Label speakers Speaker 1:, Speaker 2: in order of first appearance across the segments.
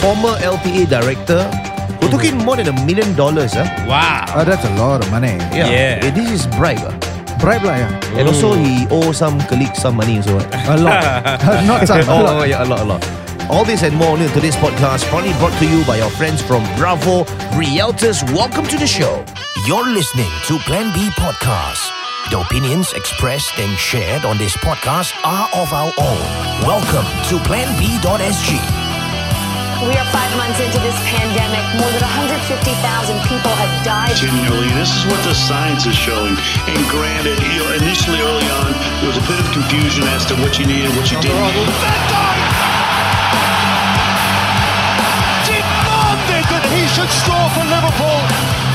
Speaker 1: former LPA director who took in more than a million dollars. Huh?
Speaker 2: Wow.
Speaker 3: Oh, that's a lot of money.
Speaker 2: Yeah.
Speaker 1: Eh, This is bribe. ah.
Speaker 3: Bribe lah, yeah.
Speaker 1: And also he owes some colleagues some money also. right?
Speaker 3: A lot. Not some, a lot.
Speaker 1: oh, yeah, a lot, a lot. All this and more on today's podcast, proudly brought to you by your friends from Bravo Realtors. Welcome to the show. You're listening to Plan B Podcast. The opinions expressed and shared on this podcast are of our own. Welcome to PlanB.sg.
Speaker 4: We are five months into this pandemic. More than 150,000 people have died.
Speaker 5: continually. This is what the science is showing. And granted, you know, initially early on, there was a bit of confusion as to what you needed, what you didn't. need.
Speaker 6: demanded that he should score for Liverpool.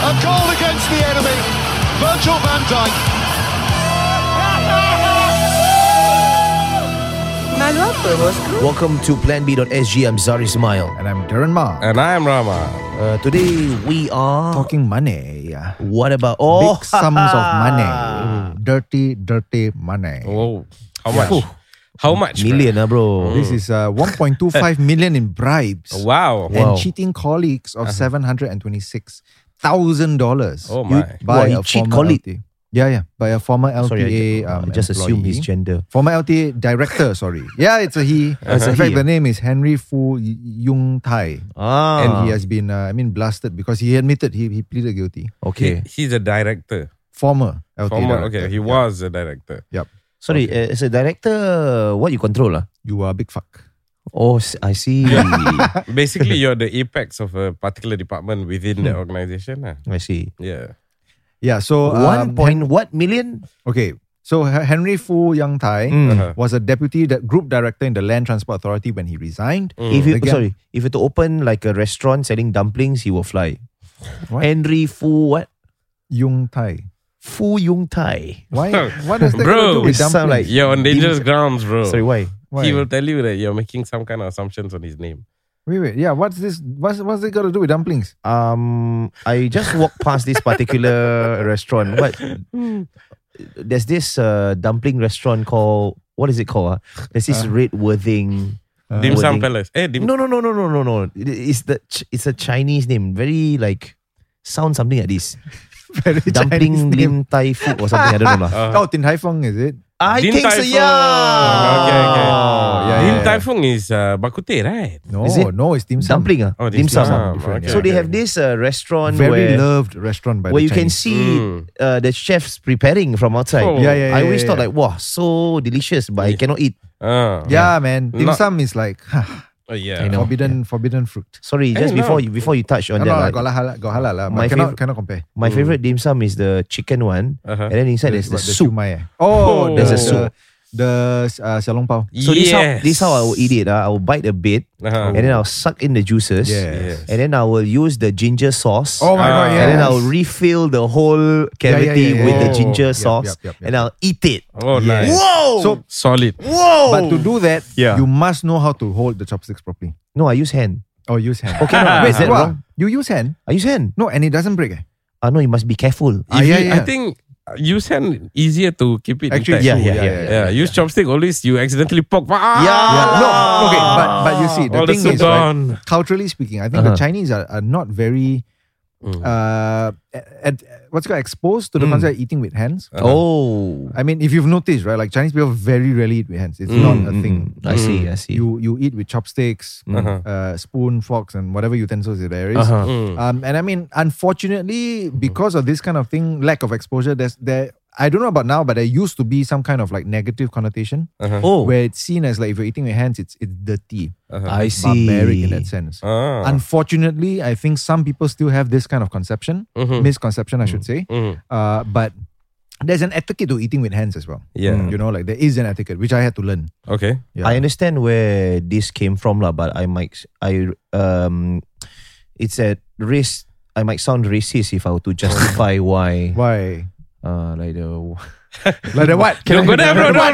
Speaker 6: A goal against the enemy. Virgil van Dijk.
Speaker 1: Welcome to PlanB.sg. I'm Zari Smile.
Speaker 3: And I'm Darren Ma.
Speaker 2: And I am Rama.
Speaker 1: Uh, today we are
Speaker 3: Talking money, yeah.
Speaker 1: what about oh Mm.
Speaker 3: Big sums of money. Dirty, dirty money.
Speaker 1: Oh.
Speaker 2: Whoa. How much? How much? bruh?
Speaker 1: million, ah, bro.
Speaker 3: This is uh, 1.25 million in bribes.
Speaker 2: Wow.
Speaker 3: and
Speaker 1: Wow. Uh-huh.
Speaker 3: cheating colleagues of $726,000.
Speaker 2: Oh my.
Speaker 3: by
Speaker 1: Wow, he
Speaker 3: a
Speaker 1: cheat
Speaker 3: former
Speaker 1: colleague?
Speaker 3: LTA. Yeah, yeah. By a former LTA.
Speaker 1: Sorry, I, uh,
Speaker 3: um,
Speaker 1: I just assume
Speaker 3: employee.
Speaker 1: his gender.
Speaker 3: Former LTA director, sorry. Yeah, it's a he.
Speaker 1: It's a
Speaker 3: In fact,
Speaker 1: Uh-huh. he,
Speaker 3: the name is Henry Fu Y- Yung Tai.
Speaker 1: Ah,
Speaker 3: And he has been, uh, I mean, blasted because he admitted he, he pleaded guilty.
Speaker 1: okay.
Speaker 2: He's a director.
Speaker 3: Former LTA
Speaker 2: Former,
Speaker 3: director.
Speaker 2: okay, he was a director.
Speaker 3: Yep.
Speaker 1: Sorry, uh, as a director, what you control? ah?
Speaker 3: You are a big fuck.
Speaker 1: Oh, s- I see. I
Speaker 2: Basically, you're the apex of a particular department within the organization. ah.
Speaker 1: see.
Speaker 2: Yeah.
Speaker 3: Yeah, so. um,
Speaker 1: One point what million?
Speaker 3: Okay. So H- Henry Fu Yang Tai
Speaker 1: Mm. Hmm.
Speaker 2: Uh-huh.
Speaker 3: was a deputy di- group director in the Land Transport Authority when he resigned.
Speaker 1: If you
Speaker 3: Again.
Speaker 1: sorry, if you to open like a restaurant selling dumplings, he will fly.
Speaker 3: What?
Speaker 1: Henry Fu what?
Speaker 3: Yung Tai.
Speaker 1: Fu Yung Tai.
Speaker 3: Why? What does that got to
Speaker 2: Bro,
Speaker 3: do with
Speaker 1: it sound like-
Speaker 3: dumplings?
Speaker 2: You're on dangerous grounds, bro.
Speaker 1: Sorry, why?
Speaker 3: Why?
Speaker 2: He will tell you that you're making some kind of assumptions on his name.
Speaker 3: Wait, wait. Yeah, what's this? What's what's it got to do with dumplings?
Speaker 1: Um, I just walked past this particular restaurant. What? There's this uh, dumpling restaurant called what is it called? ah? There's this red worthing.
Speaker 2: Uh. Dim Sum
Speaker 1: Wording.
Speaker 2: Palace. Eh, Dim
Speaker 1: Uh, No, no, no, no, no, no, no. It- It's the Ch- it's a Chinese name. Very like sounds something like this.
Speaker 3: Very Chinese
Speaker 1: Dumpling
Speaker 3: name.
Speaker 1: Lim Tai Food or something. I don't know. lah.
Speaker 2: Uh,
Speaker 3: Oh, Din Tai Fung is it?
Speaker 1: I
Speaker 2: Din
Speaker 1: think
Speaker 2: Tai
Speaker 1: so.
Speaker 2: Fung.
Speaker 1: Yeah. Ah.
Speaker 2: Okay, okay.
Speaker 3: Oh, yeah,
Speaker 2: Lim
Speaker 3: yeah,
Speaker 2: Tai
Speaker 3: yeah.
Speaker 2: Fung is uh, bak kut teh, right?
Speaker 3: No,
Speaker 1: Is it?
Speaker 3: no, it's dim sum.
Speaker 1: Dumpling, ah,
Speaker 2: Oh,
Speaker 1: dim
Speaker 2: dim
Speaker 1: sum.
Speaker 2: sum.
Speaker 1: ah.
Speaker 3: Different,
Speaker 2: okay,
Speaker 1: so they
Speaker 2: okay.
Speaker 1: have this uh, restaurant where,
Speaker 3: Very loved restaurant by
Speaker 1: where
Speaker 3: the
Speaker 1: you can
Speaker 3: Chinese.
Speaker 1: see
Speaker 2: Mm.
Speaker 1: uh, the chefs preparing from outside.
Speaker 2: Oh.
Speaker 3: Yeah, yeah, yeah.
Speaker 1: I always
Speaker 3: yeah,
Speaker 1: thought
Speaker 3: yeah.
Speaker 1: like, wow, so delicious, but I cannot eat.
Speaker 2: Ah.
Speaker 3: Yeah, man. Dim
Speaker 2: Not-
Speaker 3: sum is like
Speaker 2: Oh, yeah.
Speaker 1: I know.
Speaker 3: forbidden, forbidden fruit.
Speaker 1: Sorry,
Speaker 2: Eh,
Speaker 1: just
Speaker 2: no.
Speaker 1: before you before you touch on that,
Speaker 3: No, no,
Speaker 1: like,
Speaker 3: got halal, got halal, lah,
Speaker 1: My
Speaker 3: but cannot,
Speaker 1: favorite-
Speaker 3: cannot compare.
Speaker 1: my favorite dim sum is the chicken one, and
Speaker 2: Uh-huh.
Speaker 1: then inside there's the
Speaker 3: What,
Speaker 1: soup.
Speaker 3: siumai, eh? Oh,
Speaker 2: there's
Speaker 1: a soup.
Speaker 3: the- The uh, xiaolong pao.
Speaker 1: So this how
Speaker 2: Yes.
Speaker 1: this how I will eat it. ah. I will bite a bit,
Speaker 2: Uh-huh.
Speaker 1: and then I'll suck in the juices,
Speaker 3: Yes.
Speaker 1: and then I will use the ginger sauce.
Speaker 3: Oh my god,
Speaker 2: Ah.
Speaker 3: yeah.
Speaker 1: And then I'll refill the whole cavity
Speaker 3: yeah, Oh.
Speaker 1: with the
Speaker 2: yeah.
Speaker 1: ginger
Speaker 3: Yep,
Speaker 1: sauce,
Speaker 3: yep, yep, yep.
Speaker 1: and I'll eat it.
Speaker 2: Oh, nice.
Speaker 1: Whoa!
Speaker 3: So-
Speaker 2: Solid.
Speaker 1: Whoa!
Speaker 3: But to do that,
Speaker 2: Yeah.
Speaker 3: you must know how to hold the chopsticks properly.
Speaker 1: no, I use hand.
Speaker 3: Oh, use hand.
Speaker 1: Okay, no, is
Speaker 3: Wait,
Speaker 1: that
Speaker 3: bruh,
Speaker 1: wrong?
Speaker 3: You use hand?
Speaker 1: I use hand.
Speaker 3: No, and it doesn't break. Eh?
Speaker 1: I know you must be careful.
Speaker 3: Ah,
Speaker 2: If
Speaker 3: yeah,
Speaker 2: you- I
Speaker 3: yeah.
Speaker 2: think uh, use hand easier to keep it
Speaker 3: Actually,
Speaker 2: intact.
Speaker 1: yeah, yeah, yeah,
Speaker 2: Yeah, use chopstick always you accidentally poke. Ah!
Speaker 1: Yeah.
Speaker 3: Yeah, No, okay, but but you see, the
Speaker 2: All the
Speaker 3: thing
Speaker 2: soup
Speaker 3: is, right,
Speaker 2: gone.
Speaker 3: culturally speaking, I think
Speaker 1: Uh-huh.
Speaker 3: the Chinese are, are not very
Speaker 1: Mm.
Speaker 3: uh, at, what's it called exposed to the concept of eating with hands.
Speaker 1: Oh,
Speaker 3: I mean, if you've noticed, right, like Chinese people very rarely eat with hands.
Speaker 1: Mm,
Speaker 3: It's not a thing.
Speaker 1: I see. I see.
Speaker 3: You you eat with chopsticks,
Speaker 2: Uh-huh.
Speaker 3: uh, spoon, forks, and whatever utensils there is.
Speaker 1: Uh-huh.
Speaker 3: Um, and I mean, unfortunately, because of this kind of thing, lack of exposure, there's there. I don't know about now, but there used to be some kind of like negative connotation
Speaker 1: oh,
Speaker 3: where it's seen as like if you're eating with hands, it's it's dirty,
Speaker 1: I
Speaker 3: It's
Speaker 1: see.
Speaker 3: barbaric in that sense.
Speaker 2: Ah.
Speaker 3: Unfortunately, I think some people still have this kind of conception,
Speaker 2: Mm-hmm.
Speaker 3: misconception, I should say.
Speaker 2: Mhm.
Speaker 3: Uh, but there's an etiquette to eating with hands as well. Mm,
Speaker 2: Yeah.
Speaker 3: you know, like there is an etiquette which I had to learn.
Speaker 2: Okay.
Speaker 3: Yeah.
Speaker 1: I understand where this came from, lah. But I might, I um, it's at risk. I might sound racist if I were to justify why,
Speaker 3: Why?
Speaker 1: uh, like the
Speaker 3: Like the what?
Speaker 2: Don't go there, bro. No,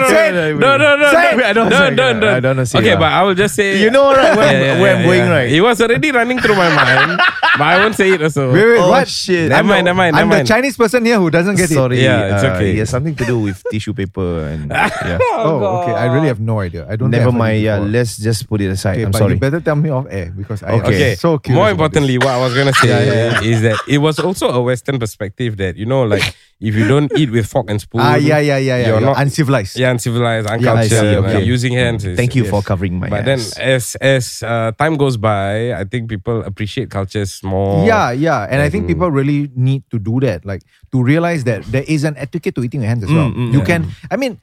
Speaker 2: no, no, no, no, no, no, no,
Speaker 1: mean, I don't
Speaker 2: No,
Speaker 1: wanna-
Speaker 2: don't,
Speaker 1: I
Speaker 2: don't.
Speaker 1: don't want to say.
Speaker 2: Okay,
Speaker 1: lah.
Speaker 2: but I will just say.
Speaker 1: You know right where- where I'm going, right?
Speaker 2: It was already running through my mind, but I won't say it also.
Speaker 3: Wait, wait,
Speaker 1: Oh,
Speaker 3: what?
Speaker 1: shit.
Speaker 2: Never mind, never mind,
Speaker 3: I'm
Speaker 2: never
Speaker 3: the
Speaker 2: mind.
Speaker 3: Chinese person here who doesn't get it.
Speaker 1: Sorry,
Speaker 2: Yeah, it's
Speaker 1: uh,
Speaker 2: okay.
Speaker 1: It has something to do with tissue paper and yeah.
Speaker 3: Oh, okay. I really have no idea. I don't. think
Speaker 1: Never
Speaker 3: I've heard
Speaker 1: mind.
Speaker 3: it
Speaker 1: Yeah,
Speaker 3: before.
Speaker 1: let's just put it aside.
Speaker 3: Okay,
Speaker 1: I'm
Speaker 3: but
Speaker 1: sorry.
Speaker 3: you better tell me off air because I
Speaker 2: Okay.
Speaker 3: am so curious.
Speaker 2: More
Speaker 3: about this.
Speaker 2: importantly, what I was gonna say eh, is that it was also a Western perspective that you know, like if you don't eat with fork and spoon,
Speaker 3: ah, yeah, yeah, yeah, yeah.
Speaker 2: you're not
Speaker 3: You're uncivilized.
Speaker 2: yeah, uncivilized,
Speaker 1: I see,
Speaker 2: uncultured, uh,
Speaker 1: okay.
Speaker 2: using hands. is-
Speaker 1: Thank you for
Speaker 3: Yes.
Speaker 1: covering my
Speaker 2: But
Speaker 1: ass.
Speaker 2: then, as as uh, time goes by, I think people appreciate cultures more.
Speaker 3: Yeah, yeah. And I think
Speaker 2: Mm-hmm.
Speaker 3: people really need to do that, like to realize that there is an etiquette to eating with hands as well.
Speaker 2: Mm,
Speaker 3: you can, I mean,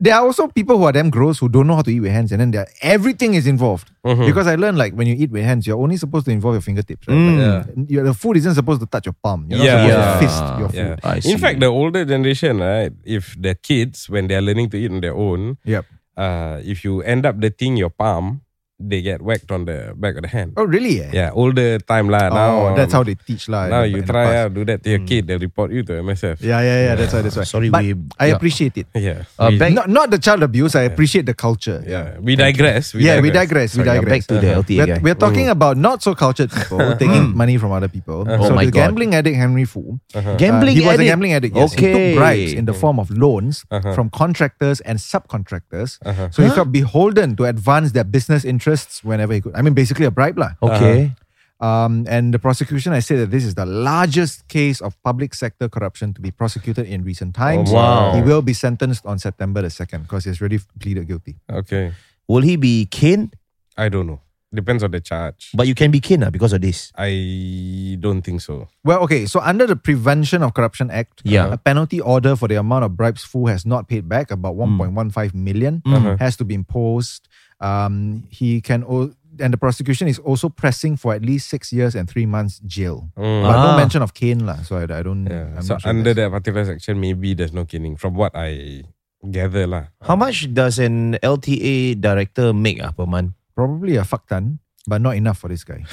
Speaker 3: there are also people who are damn gross who don't know how to eat with hands, and then they're- everything is involved.
Speaker 2: Mm-hmm.
Speaker 3: Because I learned like when you eat with hands, you're only supposed to involve your fingertips. Right? Like, you're- the food isn't supposed to touch your palm. You're
Speaker 2: Mm. Yeah.
Speaker 3: not supposed
Speaker 2: Yeah.
Speaker 3: to fist your food.
Speaker 2: Yeah.
Speaker 1: I
Speaker 2: In
Speaker 1: see.
Speaker 2: fact, the older generation, right, if the kids when they are learning to eat on their own,
Speaker 3: Yep.
Speaker 2: uh, if you end up dirtying your palm, they get whacked on the back of the hand.
Speaker 3: Oh, really? eh?
Speaker 2: Yeah, older time lah. now
Speaker 3: Oh, that's how they teach lah. in
Speaker 2: Now
Speaker 3: the-
Speaker 2: you
Speaker 3: in the
Speaker 2: try
Speaker 3: past. Hmm.
Speaker 2: uh, do that to your kid, they report you to MSF.
Speaker 3: Yeah, yeah, yeah. That's why. That's why.
Speaker 1: Sorry,
Speaker 3: but
Speaker 1: we- yeah.
Speaker 3: I appreciate it.
Speaker 2: yeah.
Speaker 1: Uh,
Speaker 2: we,
Speaker 1: back-
Speaker 3: Not not the child abuse. I appreciate the culture.
Speaker 2: yeah.
Speaker 3: Yeah.
Speaker 2: We digress. We digress.
Speaker 3: yeah, we digress. We
Speaker 1: Sorry,
Speaker 3: digress.
Speaker 1: Back to the LTA
Speaker 3: We're,
Speaker 1: guy. Hmm.
Speaker 3: we're talking about not so cultured people taking money from other people.
Speaker 1: Oh
Speaker 3: so
Speaker 1: my
Speaker 3: the
Speaker 1: God. Uh-huh.
Speaker 3: gambling addict Henry Fu, uh,
Speaker 1: Gambling
Speaker 3: he was a
Speaker 1: addict?
Speaker 3: gambling addict. Yes. He
Speaker 1: Okay.
Speaker 3: took bribes in the
Speaker 1: Hmm.
Speaker 3: form of loans
Speaker 1: Uh-huh.
Speaker 3: from contractors and subcontractors. So he felt beholden to advance their business interests whenever he could. I mean, basically a bribe, lah.
Speaker 1: Okay.
Speaker 3: Um, and the prosecution, I say that this is the largest case of public sector corruption to be prosecuted in recent times.
Speaker 1: Oh,
Speaker 2: wow.
Speaker 3: He will be sentenced on September the 2nd because he's already pleaded guilty.
Speaker 2: Okay.
Speaker 1: Will he be cane?
Speaker 2: I don't know. Depends on the charge.
Speaker 1: But you can be cane ah, because of this.
Speaker 2: I don't think so.
Speaker 3: Well, okay, so under the Prevention of Corruption Act,
Speaker 1: Yeah.
Speaker 3: a penalty order for the amount of bribes Fu has not paid back,
Speaker 1: Hmm.
Speaker 3: about 1.15 million,
Speaker 1: Mm-hmm. Uh-huh.
Speaker 3: has to be imposed. Um, he can, o- and the prosecution is also pressing for at least six years and three months jail. But no
Speaker 1: Ah.
Speaker 3: mention of cane, lah. so I, I don't.
Speaker 2: Mm. Yeah.
Speaker 3: I'm
Speaker 2: so
Speaker 3: not sure
Speaker 2: under
Speaker 3: that's-
Speaker 2: that particular section, maybe there's no caning from what I gather lah.
Speaker 1: How much does an LTA director make ah, per month?
Speaker 3: Probably a fuck ton, but not enough for this guy.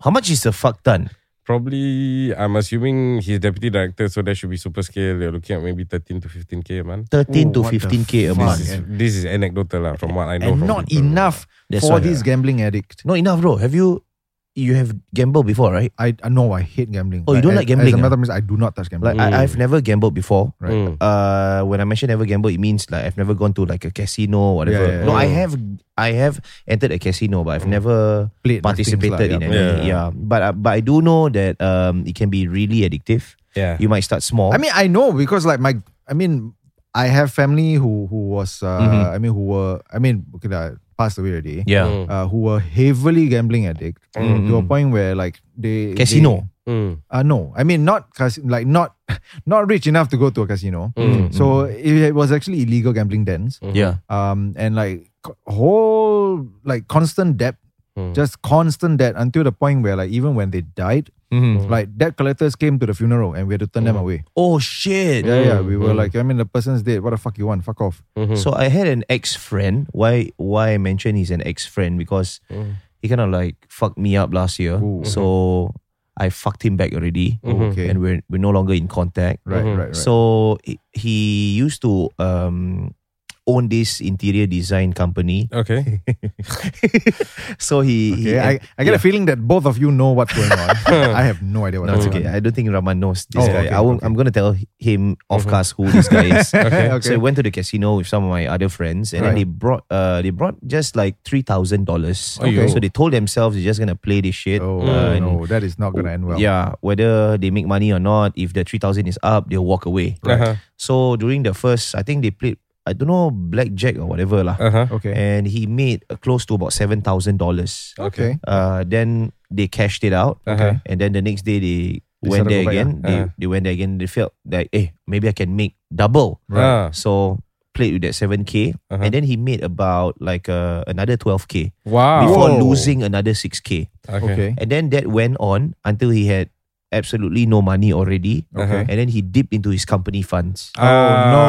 Speaker 1: How much is a fuck ton?
Speaker 2: Probably, I'm assuming he's deputy director, so that should be super scale. You're looking at maybe 13 to 15k a month.
Speaker 1: 13 to
Speaker 3: Oh, what the
Speaker 1: 15k a
Speaker 3: fuck,
Speaker 1: month.
Speaker 3: eh?
Speaker 2: This, this is anecdotal lah, from what I know.
Speaker 3: and
Speaker 2: from
Speaker 3: not
Speaker 2: people.
Speaker 3: enough
Speaker 1: That's
Speaker 3: for
Speaker 1: why-
Speaker 3: this gambling addict.
Speaker 1: Not enough, bro. Have you you have gambled before, right?
Speaker 3: I I know I hate gambling.
Speaker 1: Oh, you don't
Speaker 3: as-
Speaker 1: like gambling,
Speaker 3: As a
Speaker 1: ah?
Speaker 3: matter of fact, I do not touch gambling.
Speaker 1: Like I, I've never gambled before.
Speaker 3: Right.
Speaker 2: Mm.
Speaker 1: Uh, when I mention never gamble, it means like I've never gone to like a casino, whatever.
Speaker 3: Yeah, Mm. yeah,
Speaker 1: no,
Speaker 3: yeah.
Speaker 1: I have I have entered a casino, but I've never
Speaker 3: Played those things
Speaker 1: participated
Speaker 3: lah,
Speaker 1: in
Speaker 3: yeah.
Speaker 1: any. Yeah, but uh, but I do know that um it can be really addictive.
Speaker 2: Yeah.
Speaker 1: you might start small.
Speaker 3: I mean, I know because like my, I mean, I have family who who was, uh, I mean, who were, I mean, okay, lah, passed away already.
Speaker 1: Mm-hmm. yeah, Mm-hmm.
Speaker 3: Uh, who were heavily gambling addict to a point where like they
Speaker 1: casino.
Speaker 2: Mm.
Speaker 3: they- uh, no, I mean not cas- like not not rich enough to go to a casino.
Speaker 1: Mm-hmm.
Speaker 3: So it, it was actually illegal gambling dens.
Speaker 1: Yeah,
Speaker 3: um, and like co- whole like constant debt,
Speaker 1: Mm.
Speaker 3: just constant debt until the point where like even when they died,
Speaker 1: Mm.
Speaker 3: like debt collectors came to the funeral and we had to turn them away.
Speaker 1: Mm-hmm. Oh shit.
Speaker 3: Yeah, yeah, we were like, I mean, the person's dead. What the fuck you want? Fuck off.
Speaker 1: So I had an ex friend. Why why I mention he's an ex friend because
Speaker 3: Hmm.
Speaker 1: he kind of like fucked me up last year. So I fucked him back already.
Speaker 3: Okay.
Speaker 1: And we're we're no longer in contact.
Speaker 3: Hmm. Right, right, right.
Speaker 1: So he- he used to um own this interior design company.
Speaker 2: Okay.
Speaker 1: So he, he
Speaker 3: okay, I, I get a feeling that both of you know what's going on. I have no idea what's
Speaker 1: no, it's
Speaker 3: going
Speaker 1: okay. I don't think Raman knows this
Speaker 3: Oh,
Speaker 1: guy.
Speaker 3: okay,
Speaker 1: I will, I'm gonna tell him off cast who this guy is.
Speaker 3: on. okay.
Speaker 1: So I went to the casino with some of my other friends, and then
Speaker 3: Right.
Speaker 1: they brought uh they brought just like three thousand dollars.
Speaker 3: Okay.
Speaker 1: So they told themselves they're just gonna play this shit.
Speaker 3: oh
Speaker 1: uh, and-
Speaker 3: no, that is not gonna end well.
Speaker 1: Yeah, whether they make money or not, if the three thousand is up, they'll walk away.
Speaker 2: Uh-huh.
Speaker 1: So during the first, I think they played I don't know blackjack or whatever lah,
Speaker 2: Uh huh.
Speaker 3: Okay.
Speaker 1: and he made uh, close to about seven thousand dollars.
Speaker 3: Okay.
Speaker 1: Uh, then they cashed it out.
Speaker 2: Okay.
Speaker 1: And then the next day they,
Speaker 3: They
Speaker 1: went
Speaker 3: started
Speaker 1: there
Speaker 3: go back, Uh-huh.
Speaker 1: again.
Speaker 2: ah.
Speaker 1: They,
Speaker 2: Ah.
Speaker 1: they went there again. They felt like, hey, maybe I can make double.
Speaker 2: Right. Ah.
Speaker 1: So played with that seven k,
Speaker 2: Uh-huh.
Speaker 1: and then he made about like uh, another twelve k
Speaker 3: Oh.
Speaker 2: Wow.
Speaker 1: before
Speaker 3: Whoa.
Speaker 1: losing another six k.
Speaker 3: Okay.
Speaker 1: And then that went on until he had absolutely no money already.
Speaker 2: Okay.
Speaker 3: Uh-huh.
Speaker 1: And then he dipped into his company funds
Speaker 2: Oh
Speaker 3: no.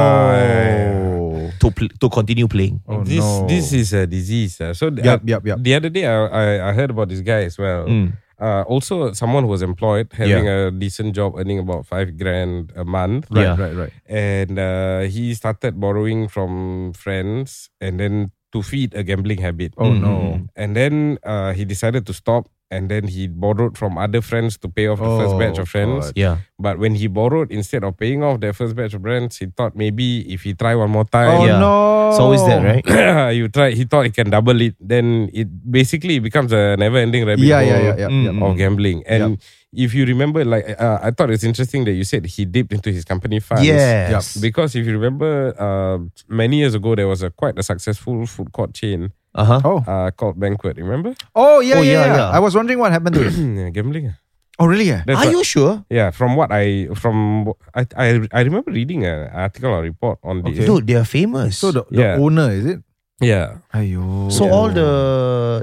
Speaker 1: to pl- to continue playing.
Speaker 3: Oh
Speaker 2: Ah. this
Speaker 3: no.
Speaker 2: this is a disease. uh. So th-
Speaker 3: Yup,
Speaker 2: uh,
Speaker 3: yup, yup.
Speaker 2: the other day I, I, I heard about this guy as well.
Speaker 3: Oh.
Speaker 1: Mm.
Speaker 2: Uh, also someone who was employed, having a decent job, earning about five grand a month.
Speaker 3: Right,
Speaker 1: Yeah.
Speaker 3: right, right.
Speaker 2: And uh, he started borrowing from friends and then to feed a gambling habit. Mm-hmm.
Speaker 3: Oh, no.
Speaker 2: And then uh, he decided to stop, and then he borrowed from other friends to pay off the first
Speaker 3: Oh,
Speaker 2: batch of friends.
Speaker 3: God.
Speaker 1: Yeah.
Speaker 2: But when he borrowed, instead of paying off that first batch of friends, he thought maybe if he try one more
Speaker 3: Oh
Speaker 2: time,
Speaker 1: yeah.
Speaker 3: no.
Speaker 1: It's always that, right?
Speaker 2: Uh, you try. He thought he can double it. Then it basically becomes a never-ending rabbit
Speaker 3: Yeah,
Speaker 2: hole
Speaker 3: yeah, yeah, yeah, yeah.
Speaker 2: of gambling. And if you remember, like uh, I thought it's interesting that you said he dipped into his company funds.
Speaker 1: Yes.
Speaker 2: Because if you remember, uh, many years ago there was a quite a successful food court chain
Speaker 1: Uh huh.
Speaker 3: Oh.
Speaker 2: uh, called Banquet. Remember?
Speaker 3: Oh yeah,
Speaker 1: Oh, yeah,
Speaker 3: yeah, yeah,
Speaker 1: yeah.
Speaker 3: I was wondering what happened to it.
Speaker 2: Hmm, Yeah, gambling. ah.
Speaker 3: Oh really? Yeah.
Speaker 2: That's
Speaker 1: Are
Speaker 2: what-
Speaker 1: you sure?
Speaker 2: Yeah, from what I from I I, I remember reading an article or report on this.
Speaker 1: Dude, they are famous.
Speaker 3: So the, the
Speaker 2: Yeah.
Speaker 3: owner is it?
Speaker 2: Yeah.
Speaker 3: Ayo.
Speaker 1: So all the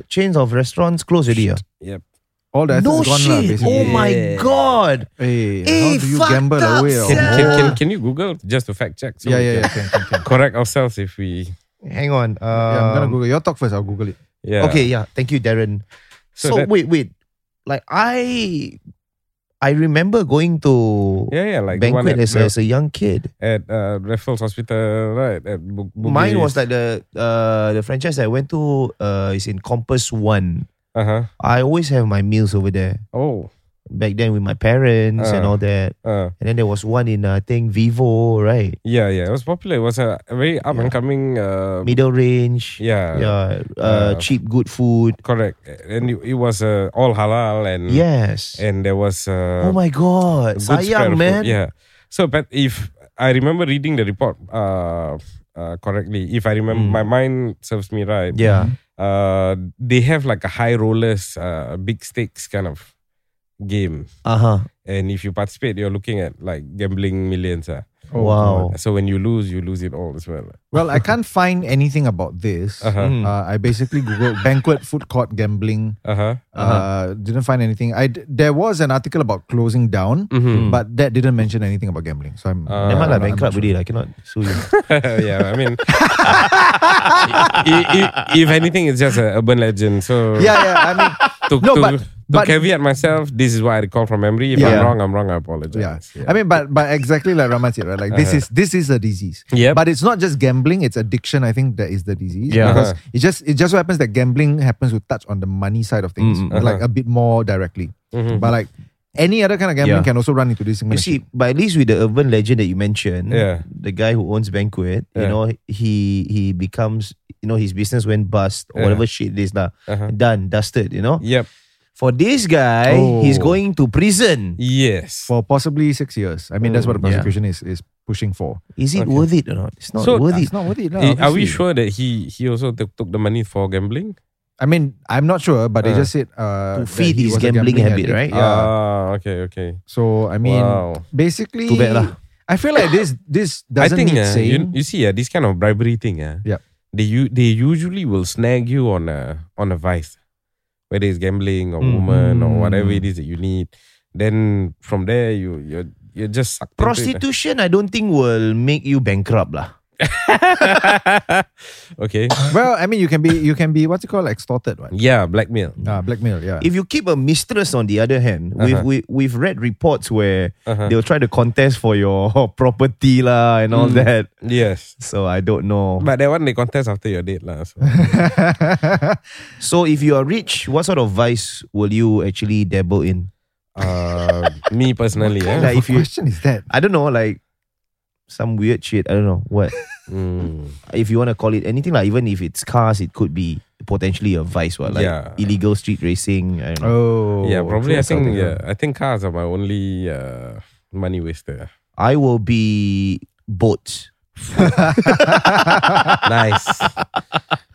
Speaker 1: chains of restaurants closed already. ah?
Speaker 2: Yep.
Speaker 3: all the assets
Speaker 1: No
Speaker 3: gone lah,
Speaker 1: shit.
Speaker 3: basically.
Speaker 1: Oh my
Speaker 2: Yeah.
Speaker 1: god.
Speaker 3: Hey,
Speaker 1: Eh,
Speaker 3: how do you
Speaker 1: fucked
Speaker 3: gamble
Speaker 1: up,
Speaker 3: away?
Speaker 1: sia.
Speaker 3: your
Speaker 2: Can,
Speaker 3: whole-
Speaker 2: can, can, can you Google just to fact check? so we
Speaker 3: Yeah, yeah,
Speaker 2: can
Speaker 3: yeah. Can, can, can.
Speaker 2: Correct ourselves if we.
Speaker 1: Hang on. Uh,
Speaker 3: yeah, I'm gonna Google. Your talk first. I'll Google it.
Speaker 2: Yeah.
Speaker 1: Okay, yeah. Thank you, Darren. So,
Speaker 2: So that-
Speaker 1: wait, wait. Like I I remember going to
Speaker 2: Yeah, yeah, like the one
Speaker 1: banquet
Speaker 2: at,
Speaker 1: as, a- as a young kid.
Speaker 2: at uh, Raffles Hospital, right? At Bu- Bugis.
Speaker 1: Mine was like the uh the franchise I went to uh is in Compass One.
Speaker 2: Uh huh.
Speaker 1: I always have my meals over there.
Speaker 2: Oh.
Speaker 1: Back then with my parents and
Speaker 2: Ah.
Speaker 1: all that.
Speaker 2: Uh,
Speaker 1: And then there was one in uh, I think Vivo, right?
Speaker 2: yeah, yeah. It was popular. It was a very up and coming. Uh,
Speaker 1: Middle range.
Speaker 2: yeah.
Speaker 1: Yeah. Uh,
Speaker 2: Yeah.
Speaker 1: cheap good food.
Speaker 2: Correct. And it, it was uh, all halal and
Speaker 1: Yes.
Speaker 2: and there was. Uh,
Speaker 1: oh my god.
Speaker 2: good spread
Speaker 1: Sayang
Speaker 2: of
Speaker 1: man.
Speaker 2: food. Yeah. So, but if I remember reading the report uh, uh, correctly, if I remember, my mind serves me right.
Speaker 1: Mm. Yeah.
Speaker 2: Uh, they have like a high rollers, uh, big stakes kind of game,
Speaker 1: Uh-huh.
Speaker 2: and if you participate, you're looking at like gambling millions. ah.
Speaker 3: Oh.
Speaker 1: wow.
Speaker 2: So when you lose, you lose it all as well.
Speaker 3: Well, I can't find anything about this.
Speaker 2: Uh-huh.
Speaker 1: Mm.
Speaker 3: Uh, I basically googled banquet food court gambling.
Speaker 2: Uh huh.
Speaker 3: uh didn't find anything. I d- there was an article about closing down,
Speaker 2: Mhm.
Speaker 3: but that didn't mention anything about gambling. So I'm
Speaker 2: Uh,
Speaker 1: Never mind lah,
Speaker 3: I'm not- I'm
Speaker 1: bankrupt
Speaker 3: not
Speaker 1: already. lah, I cannot sue you.
Speaker 2: yeah, I mean, i- i- if anything, it's just an urban legend. So
Speaker 3: sure. Yeah, yeah. I mean,
Speaker 2: to,
Speaker 3: No,
Speaker 2: to,
Speaker 3: but-
Speaker 2: to
Speaker 3: but-
Speaker 2: caveat myself, this is why I recall from memory. If
Speaker 3: Yeah.
Speaker 2: I'm wrong, I'm wrong. I
Speaker 3: yeah.
Speaker 2: apologize.
Speaker 3: I mean, but but exactly like Raman said, right? Like this is this is a disease.
Speaker 2: Uh-huh. Yep.
Speaker 3: But it's not just gambling; it's addiction. I think that is the disease.
Speaker 2: Yeah.
Speaker 3: Because
Speaker 2: Uh-huh.
Speaker 3: it just it just so happens that gambling happens to touch on the money side of things,
Speaker 2: Mm-hmm. Uh-huh.
Speaker 1: Mm,
Speaker 3: like a bit more directly. But like any other kind of gambling
Speaker 1: Yeah.
Speaker 3: can also run into this.
Speaker 1: you see, but at least with the urban legend that you mentioned,
Speaker 2: Yeah.
Speaker 1: the guy who owns banquet, you
Speaker 2: Yeah.
Speaker 1: know, he he becomes, you know, his business went bust or
Speaker 2: Yeah.
Speaker 1: whatever shit this lah.
Speaker 2: Uh-huh.
Speaker 1: Done, dusted, you know.
Speaker 2: Yep.
Speaker 1: For this guy, he's
Speaker 3: Oh.
Speaker 1: going to prison.
Speaker 2: Yes.
Speaker 3: for possibly six years. I mean, that's what the
Speaker 1: Mm, yeah.
Speaker 3: prosecution is is pushing for.
Speaker 1: Is it worth it or not? It's not
Speaker 2: So-
Speaker 1: worth it.
Speaker 3: It's not worth it. lah,
Speaker 2: Eh, Are we
Speaker 3: obviously.
Speaker 2: sure that he he also took, took the money for gambling?
Speaker 3: I mean, I'm not sure, but they
Speaker 2: Uh.
Speaker 3: just said uh,
Speaker 1: To
Speaker 3: that
Speaker 1: feed
Speaker 3: he
Speaker 1: his
Speaker 3: was a
Speaker 1: gambling habit,
Speaker 3: addict.
Speaker 1: right?
Speaker 3: Yeah.
Speaker 2: Ah, okay, okay.
Speaker 3: so I mean,
Speaker 2: Wow.
Speaker 3: basically,
Speaker 1: Too bad lah.
Speaker 3: I feel like this this
Speaker 2: I
Speaker 3: doesn't
Speaker 2: think
Speaker 3: need
Speaker 2: ah,
Speaker 3: saying.
Speaker 2: you, you see uh, this kind of bribery thing. Uh,
Speaker 3: Yep.
Speaker 2: They you they usually will snag you on a on a vice, whether it's gambling or woman or whatever it is that you need. Then from there you you're you're just sucked into it, ah.
Speaker 1: Prostitution, I don't think will make you bankrupt lah.
Speaker 2: okay.
Speaker 3: well, I mean, you can be you can be what's it called extorted, right?
Speaker 2: Yeah, blackmail.
Speaker 3: Ah, blackmail. Yeah.
Speaker 1: If you keep a mistress, on the other hand, we've
Speaker 2: Uh-huh.
Speaker 1: we, we've read reports where they'll try to contest for your property lah and all that.
Speaker 2: Yes.
Speaker 1: So I don't know.
Speaker 2: Mm. But that one they contest after your date lah. So.
Speaker 1: So if you are rich, what sort of vice will you actually dabble in?
Speaker 2: uh, me personally, yeah.
Speaker 1: Like if
Speaker 3: What
Speaker 1: you,
Speaker 3: question is that?
Speaker 1: I don't know, like some weird shit. I don't know what.
Speaker 2: Mm.
Speaker 1: if you want to call it anything, like even if it's cars, it could be potentially a vice, what like
Speaker 2: Yeah.
Speaker 1: illegal street racing. I don't know.
Speaker 3: Oh,
Speaker 2: yeah, probably.
Speaker 1: true,
Speaker 2: I think
Speaker 1: something,
Speaker 2: yeah, I think cars are my only uh, money waster.
Speaker 1: I will be boats.
Speaker 2: nice.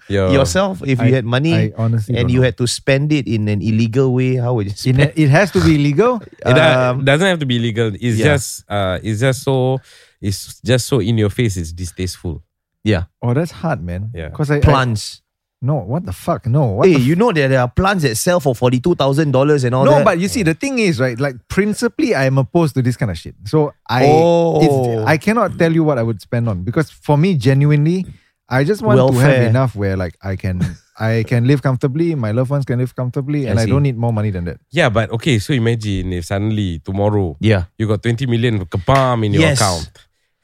Speaker 2: Yo,
Speaker 1: Yourself, if you
Speaker 3: Uh, I-
Speaker 1: had money
Speaker 3: I honestly
Speaker 1: and
Speaker 3: don't
Speaker 1: you
Speaker 3: know.
Speaker 1: had to spend it in an illegal way, how would you
Speaker 3: It,
Speaker 1: spend?
Speaker 3: it has to be legal.
Speaker 2: It uh,
Speaker 1: um,
Speaker 2: doesn't have to be legal. It's
Speaker 1: yeah.
Speaker 2: just uh, it's just so it's just so in your face. It's distasteful.
Speaker 1: yeah,
Speaker 3: Oh, that's hard, man.
Speaker 2: Yeah.
Speaker 3: Because I, I
Speaker 1: plants.
Speaker 3: no, what the fuck? No, what
Speaker 1: Hey,
Speaker 3: the
Speaker 1: you know that there are plants that sell for forty two thousand dollars and all
Speaker 3: no,
Speaker 1: that.
Speaker 3: but you see, the thing is, right? Like, principally, I am opposed to this kind of shit. So I,
Speaker 1: Oh.
Speaker 3: it's- I cannot tell you what I would spend on because for me, genuinely, I just want to
Speaker 1: Welfare.
Speaker 3: have enough where like I can, I can live comfortably, my loved ones can live comfortably, and I,
Speaker 1: see.
Speaker 3: don't need more money than that.
Speaker 2: Yeah, but okay. So imagine if suddenly tomorrow
Speaker 1: yeah,
Speaker 2: you got twenty million kabam in your
Speaker 1: Yes.
Speaker 2: account,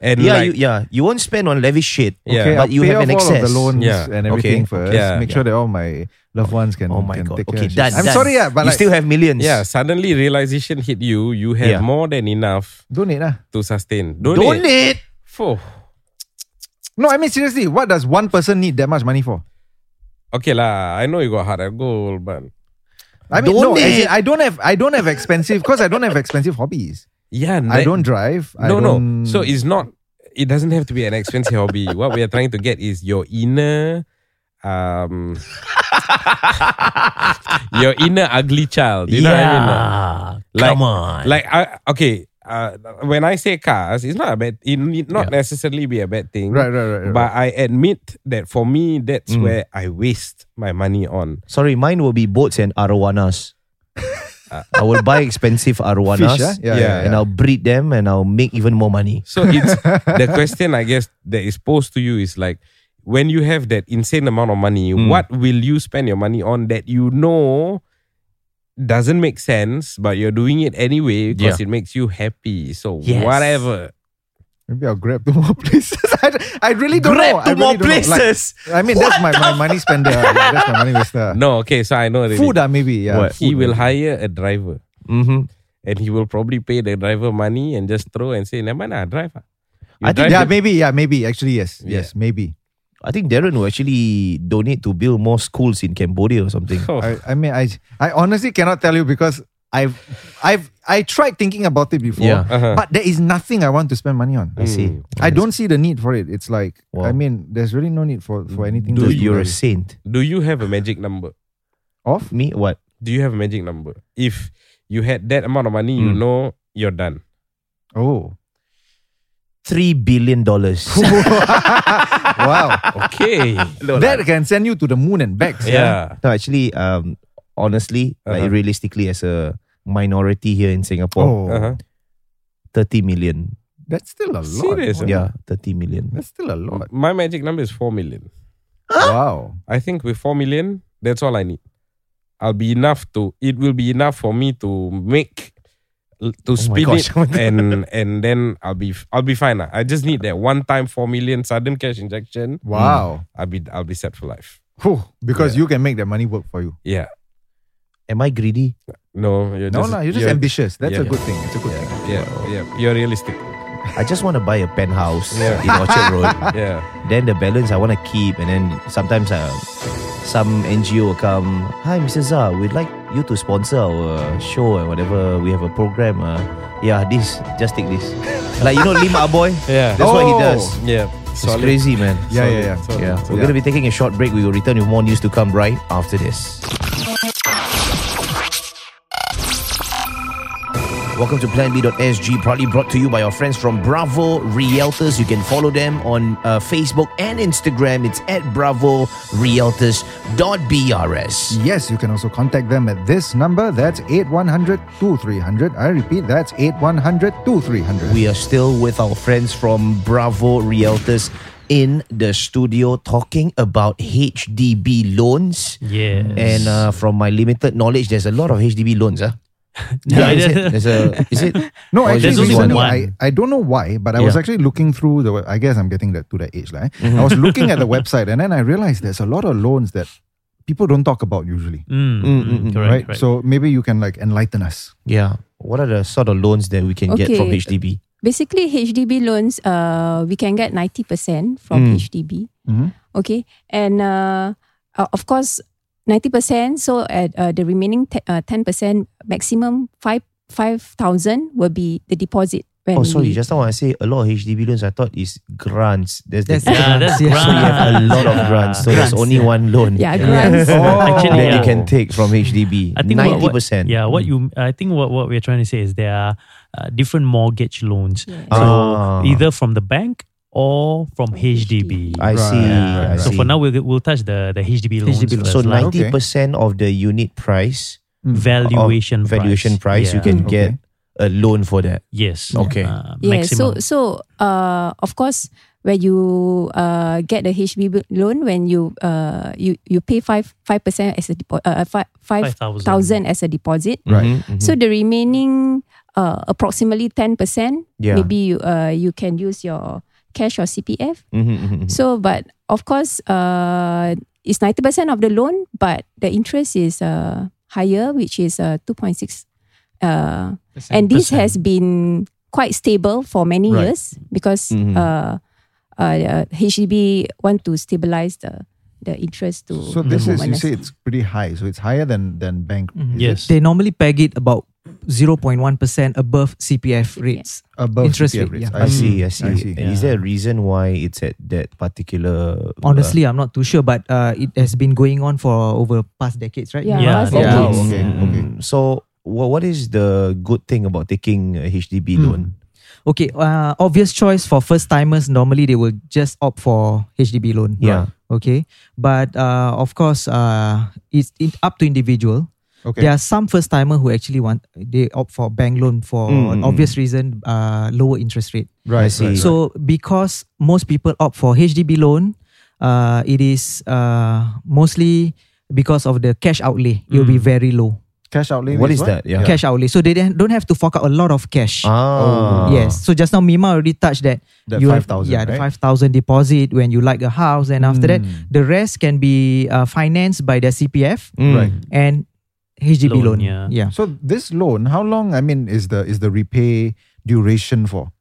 Speaker 2: And
Speaker 1: yeah,
Speaker 2: like,
Speaker 1: you, yeah. You won't spend on lavish shit.
Speaker 2: Yeah.
Speaker 3: Okay,
Speaker 2: Okay,
Speaker 1: but
Speaker 3: I'll
Speaker 1: you
Speaker 3: pay
Speaker 1: have an
Speaker 3: off all of
Speaker 1: excess.
Speaker 3: the loans
Speaker 2: Yeah.
Speaker 3: and everything
Speaker 1: Okay.
Speaker 3: first.
Speaker 2: Yeah.
Speaker 3: Make sure that all my loved ones can,
Speaker 1: Oh my
Speaker 3: can
Speaker 1: god.
Speaker 3: take
Speaker 1: Okay,
Speaker 3: care of
Speaker 1: done.
Speaker 3: shit. I'm
Speaker 1: done.
Speaker 3: sorry, yeah, but
Speaker 1: you
Speaker 3: like,
Speaker 1: still have millions.
Speaker 2: yeah, suddenly realization hit you. You have
Speaker 1: Yeah.
Speaker 2: more than enough
Speaker 3: donate lah.
Speaker 2: to sustain.
Speaker 1: Donate.
Speaker 2: Donate. Phew.
Speaker 3: No, I mean seriously, what does one person need that much money for?
Speaker 2: Okay lah, I know you got heart and goal, but
Speaker 3: I mean, no, as in,
Speaker 1: Donate.
Speaker 3: I don't have, I don't have expensive because I don't have expensive hobbies.
Speaker 2: yeah, that-
Speaker 3: I don't drive. I
Speaker 2: No,
Speaker 3: don't,
Speaker 2: no. So it's not. It doesn't have to be an expensive hobby. What we are trying to get is your inner, um, your inner ugly child. You know what I mean? Like-
Speaker 1: Come on.
Speaker 2: Like, I, okay. Uh, when I say cars, it's not a bad. It need not necessarily be a bad thing.
Speaker 3: Right, right, right, Mm. right,
Speaker 2: But I admit that for me, that's where I waste my money on.
Speaker 1: Sorry, mine will be boats and arowanas. I will buy expensive arowanas.
Speaker 3: Fish, yeah? Yeah,
Speaker 2: yeah,
Speaker 1: And
Speaker 3: yeah.
Speaker 1: I'll breed them and I'll make even more money.
Speaker 2: So it's the question I guess that is posed to you is like when you have that insane amount of money,
Speaker 3: Hmm.
Speaker 2: what will you spend your money on that you know doesn't make sense, but you're doing it anyway because it makes you happy. So
Speaker 1: Yes.
Speaker 2: whatever.
Speaker 3: maybe I'll grab to more places. I, I really don't know.
Speaker 1: Grab
Speaker 3: I
Speaker 1: to
Speaker 3: really
Speaker 1: more
Speaker 3: don't know. Like,
Speaker 1: places.
Speaker 3: I mean, that's my, my money spender. Yeah, that's my money waster.
Speaker 2: No, okay, so I know already.
Speaker 3: Food, ah, maybe. Yeah.
Speaker 2: What? He
Speaker 3: Food.
Speaker 2: will hire a driver
Speaker 1: mm-hmm.
Speaker 2: and he will probably pay the driver money and just throw and say, Never mind, ah, drive. ah." You
Speaker 1: I think-
Speaker 2: drive
Speaker 3: Yeah,
Speaker 2: the-
Speaker 3: maybe. Yeah, maybe. Actually, yes. Yes, maybe.
Speaker 1: I think Darren will actually donate to build more schools in Cambodia or something.
Speaker 2: Oh,
Speaker 3: I, I mean, I I honestly cannot tell you because I've I've I tried thinking about it before,
Speaker 1: Yeah.
Speaker 2: Uh-huh.
Speaker 3: but there is nothing I want to spend money on.
Speaker 1: I
Speaker 2: Hmm.
Speaker 1: see.
Speaker 3: I don't see the need for it. It's like
Speaker 1: Wow.
Speaker 3: I mean, there's really no need for for anything.
Speaker 1: Dude,
Speaker 3: that's
Speaker 1: you're a
Speaker 3: too
Speaker 1: saint.
Speaker 2: do you have a magic number?
Speaker 3: off.
Speaker 1: Me? What?
Speaker 2: Do you have a magic number? If you had that amount of money, you
Speaker 3: Hmm.
Speaker 2: know you're done.
Speaker 3: Oh,
Speaker 1: Three billion dollars.
Speaker 3: wow!
Speaker 2: Okay.
Speaker 3: that can send you to the moon and back. sia.
Speaker 2: yeah.
Speaker 1: no, actually, um, honestly, like
Speaker 2: Uh-huh.
Speaker 1: realistically, as a minority here in Singapore,
Speaker 3: Oh,
Speaker 2: Uh-huh.
Speaker 1: 30 million.
Speaker 3: that's still a lot.
Speaker 2: Serious,
Speaker 3: Wow.
Speaker 1: Yeah, 30 million.
Speaker 3: that's still a lot.
Speaker 2: My magic number is 4 million.
Speaker 3: Wow.
Speaker 2: I think with 4 million, that's all I need. I'll be enough to, it will be enough for me to make, l-
Speaker 3: Oh
Speaker 2: to spin
Speaker 1: gosh.
Speaker 2: it and and then I'll be, f- I'll be fine. lah. I just need that one time 4 million sudden cash injection.
Speaker 3: Wow.
Speaker 2: I'll be, I'll be set for life.
Speaker 3: Whew, Hmm. because you can make that money work for you.
Speaker 2: Yeah.
Speaker 1: Am I greedy?
Speaker 2: No, you're
Speaker 3: No,
Speaker 2: just,
Speaker 3: no, you're just ambitious. That's
Speaker 2: yeah.
Speaker 3: a good thing. It's a good thing.
Speaker 2: Yeah, yeah, you're realistic.
Speaker 1: I just want to buy a penthouse
Speaker 2: Yeah.
Speaker 1: in Orchard Road.
Speaker 2: Yeah.
Speaker 1: Then the balance I want to keep, and then sometimes uh, some NGO will come. Hi, Mr. Zah, we'd like you to sponsor our uh, show and whatever. We have a program. Uh, yeah, this just take this. like you know, Lim Aboy.
Speaker 2: Yeah.
Speaker 1: That's what he
Speaker 3: Oh.
Speaker 1: does.
Speaker 2: Yeah.
Speaker 1: It's crazy, man.
Speaker 3: Yeah, yeah, yeah.
Speaker 1: Yeah, we're
Speaker 3: Yeah.
Speaker 1: gonna be taking a short break. We will return with more news to come right after this. Welcome to PlanB.sg, proudly brought to you by our friends from Bravo Realtors. You can follow them on uh, Facebook and Instagram. It's at Bravo Realtors.brs.
Speaker 3: Yes, you can also contact them at this number. That's 8100 2300. I repeat, that's 8100 2300.
Speaker 1: We are still with our friends from Bravo Realtors in the studio talking about HDB loans.
Speaker 7: Yes.
Speaker 1: And uh, from my limited knowledge, there's a lot of HDB loans, huh? Yeah, is it? There's a, is it?
Speaker 3: No,
Speaker 1: Or
Speaker 3: actually,
Speaker 1: is it
Speaker 7: there's only
Speaker 3: recently,
Speaker 7: one.
Speaker 3: I, I don't know why, but I was
Speaker 1: Yeah.
Speaker 3: actually looking through the. we- I guess I'm getting that to that age, like I was looking at the website, and then I realized there's a lot of loans that people don't talk about usually,
Speaker 7: Mm,
Speaker 1: Mm, mm,
Speaker 7: mm, correct,
Speaker 3: right?
Speaker 7: correct.
Speaker 3: So maybe you can like enlighten us.
Speaker 1: Yeah. What are the sort of loans that we can get from
Speaker 8: Okay.
Speaker 1: HDB?
Speaker 8: Basically, HDB loans, uh, we can get 90% from
Speaker 1: Mm.
Speaker 8: HDB.
Speaker 3: Mhm.
Speaker 8: Okay. And uh, uh, of course, 90%. So at uh, the remaining te- uh, 10%, maximum five 5,000 will be the deposit.
Speaker 1: Oh,
Speaker 8: When
Speaker 1: sorry.
Speaker 8: we-
Speaker 1: Just now when I say a lot of HDB loans, I thought is grants. There's the
Speaker 7: That's yeah, that's grants.
Speaker 1: So you have a lot of
Speaker 7: Yeah.
Speaker 1: grants. So there's only one loan
Speaker 8: yeah,
Speaker 7: Yeah.
Speaker 8: grants.
Speaker 7: Actually,
Speaker 1: that
Speaker 7: yeah.
Speaker 1: you can take from HDB.
Speaker 7: I think what-
Speaker 1: ninety
Speaker 7: what-
Speaker 1: percent. Mm.
Speaker 7: Yeah, what you I think what, what we're trying to say is there are uh, different mortgage loans.
Speaker 8: Yes.
Speaker 7: So
Speaker 1: Ah.
Speaker 7: either from the bank or from HDB.
Speaker 1: I see. I
Speaker 7: Yeah. so
Speaker 1: see.
Speaker 7: for now we'll, we'll touch the, the HDB loans.
Speaker 1: HDB
Speaker 7: first,
Speaker 1: so
Speaker 7: lah.
Speaker 1: ninety percent of the unit price, of
Speaker 7: valuation
Speaker 1: valuation price, you
Speaker 7: Yeah.
Speaker 1: can get a loan for that.
Speaker 7: yes
Speaker 1: Okay.
Speaker 7: uh,
Speaker 8: Yeah,
Speaker 7: maximum.
Speaker 8: so so uh, of course, when you uh, get the HDB loan, when you uh, you you pay five five percent as a deposit, uh, five five
Speaker 7: 5,000.
Speaker 1: Mm-hmm.
Speaker 8: thousand as a deposit.
Speaker 1: Right.
Speaker 8: So the remaining uh, approximately 10%,
Speaker 1: Yeah.
Speaker 8: maybe you, uh, you can use your cash or CPF. So, but of course, uh, it's 90% of the loan, but the interest is uh, higher, which is uh, 2.6. Uh, and this has been quite stable for many
Speaker 1: Right.
Speaker 8: years because
Speaker 7: Mm-hmm.
Speaker 1: Mhm.
Speaker 8: uh, uh, uh, HDB want to stabilize the the interest to
Speaker 3: So this is
Speaker 8: the
Speaker 3: you
Speaker 8: homeowners.
Speaker 3: say it's pretty high, so it's higher than than bank. is it?
Speaker 7: Mm-hmm. Yes.
Speaker 6: They normally peg it about 0.1% above CPF
Speaker 8: CPF.
Speaker 6: rates.
Speaker 3: above
Speaker 6: Interest
Speaker 3: CPF
Speaker 6: rate,
Speaker 3: rates.
Speaker 6: yeah.
Speaker 1: I see, I see.
Speaker 3: Mm. I see.
Speaker 1: Is there a reason why it's at that particular? uh,
Speaker 6: Honestly, I'm not too sure, but uh, it has been going on for over past decades, right?
Speaker 8: Yeah,
Speaker 7: Yeah,
Speaker 8: last
Speaker 7: yeah.
Speaker 8: decade.
Speaker 3: Oh, okay,
Speaker 1: Mm.
Speaker 3: okay.
Speaker 1: So, wha- what is the good thing about taking a HDB loan?
Speaker 6: Okay, uh, obvious choice for first timers. Normally, they will just opt for HDB loan.
Speaker 1: Yeah.
Speaker 6: Okay, but uh, of course, uh, it's it up to individual.
Speaker 3: Okay.
Speaker 6: There are some first timer who actually want they opt for bank loan for an obvious reason, uh, lower interest rate.
Speaker 1: I
Speaker 3: Right.
Speaker 1: see.
Speaker 3: right, right.
Speaker 6: So because most people opt for HDB loan, uh, it is uh, mostly because of the cash outlay. It will be very low
Speaker 3: cash outlay.
Speaker 1: What is that? Yeah.
Speaker 6: cash outlay, so they don't don't have to fork out a lot of cash.
Speaker 1: Ah.
Speaker 6: Yes. So just now Mima already touched that.
Speaker 3: That
Speaker 6: you have-
Speaker 3: 5,000,
Speaker 6: Yeah,
Speaker 3: right?
Speaker 6: the
Speaker 3: Mm.
Speaker 6: five thousand deposit when you like a house, and after that, the rest can be uh, financed by their CPF
Speaker 1: Mm.
Speaker 3: Right.
Speaker 6: and HDB loan.
Speaker 7: Loan, yeah.
Speaker 3: So this loan, how long? I mean, is the is the repay duration for?